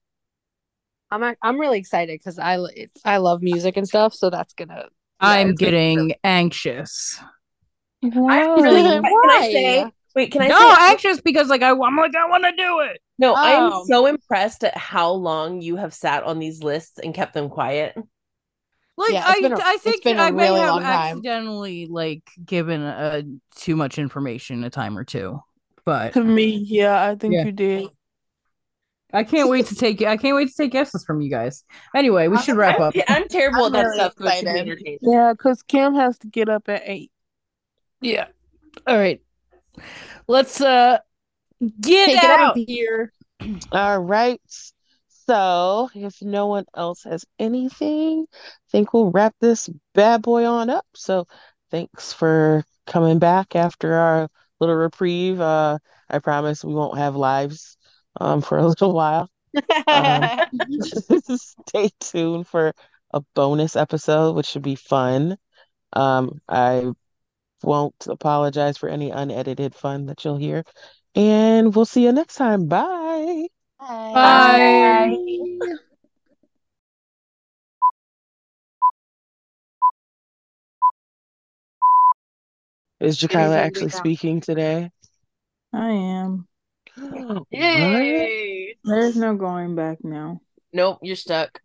S4: I'm ac- I'm really excited because I l- it's- I love music and stuff, so that's gonna.
S2: I'm
S4: it's gonna-
S2: getting anxious.
S3: I'm really.
S5: Wow.
S3: Can I
S4: Why?
S3: say? Wait, can I
S2: no,
S3: say?
S2: anxious because like I, I'm like I want to do it.
S3: No,
S4: Oh.
S3: I'm so impressed at how long you have sat on these lists and kept them quiet.
S2: Like
S4: Yeah, it's
S2: I,
S4: been a-
S2: I
S4: it's
S2: think
S4: been a
S2: I may
S4: really
S2: have
S4: long time.
S2: accidentally like given uh too much information a time or two, but
S5: To me, yeah, I think
S2: Yeah.
S5: you did.
S2: I can't wait to take I can't wait to take guesses from you guys. Anyway, we should wrap up.
S3: I'm, I'm terrible
S4: I'm
S3: at that
S4: really
S3: stuff, but it should be
S4: excited.
S3: entertaining.
S7: Yeah, because Cam has to get up at eight.
S2: Yeah. All right. Let's uh get
S4: Take it
S2: out.
S4: out here.
S1: All right. So, if no one else has anything, I think we'll wrap this bad boy on up. So, thanks for coming back after our little reprieve. Uh, I promise we won't have lives um, for a little while. Um, Stay tuned for a bonus episode, which should be fun. Um, I won't apologize for any unedited fun that you'll hear. And we'll see you next time. Bye.
S2: Bye.
S1: Is Jakarla
S4: Anything
S1: actually
S4: we got.
S1: speaking today?
S5: I am.
S1: What?
S6: Yay!
S5: There's no going back now.
S3: Nope, you're stuck.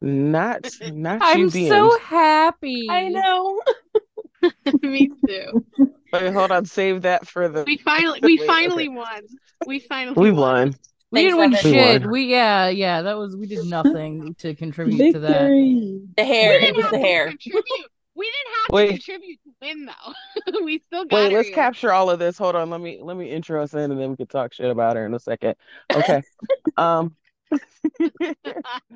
S1: Not not you
S2: I'm
S1: being
S2: so happy.
S3: I know.
S6: Me too.
S1: Wait, hold on, save that for the
S6: We finally, we
S1: Wait,
S6: finally won. We finally
S1: We won.
S2: We
S3: Thanks,
S2: didn't win
S3: Evan.
S1: We won.
S2: shit. We yeah, yeah, that was we did nothing to contribute to that.
S5: Victory.
S3: The
S6: We
S3: hair. It
S6: didn't
S3: was
S6: have
S3: the
S6: to
S3: hair.
S6: contribute. We didn't have
S1: Wait.
S6: to contribute to win though. we still got
S1: Wait,
S6: her
S1: let's
S6: here.
S1: capture all of this. Hold on, let me let me intro us in and then we can talk shit about her in a second. Okay. Um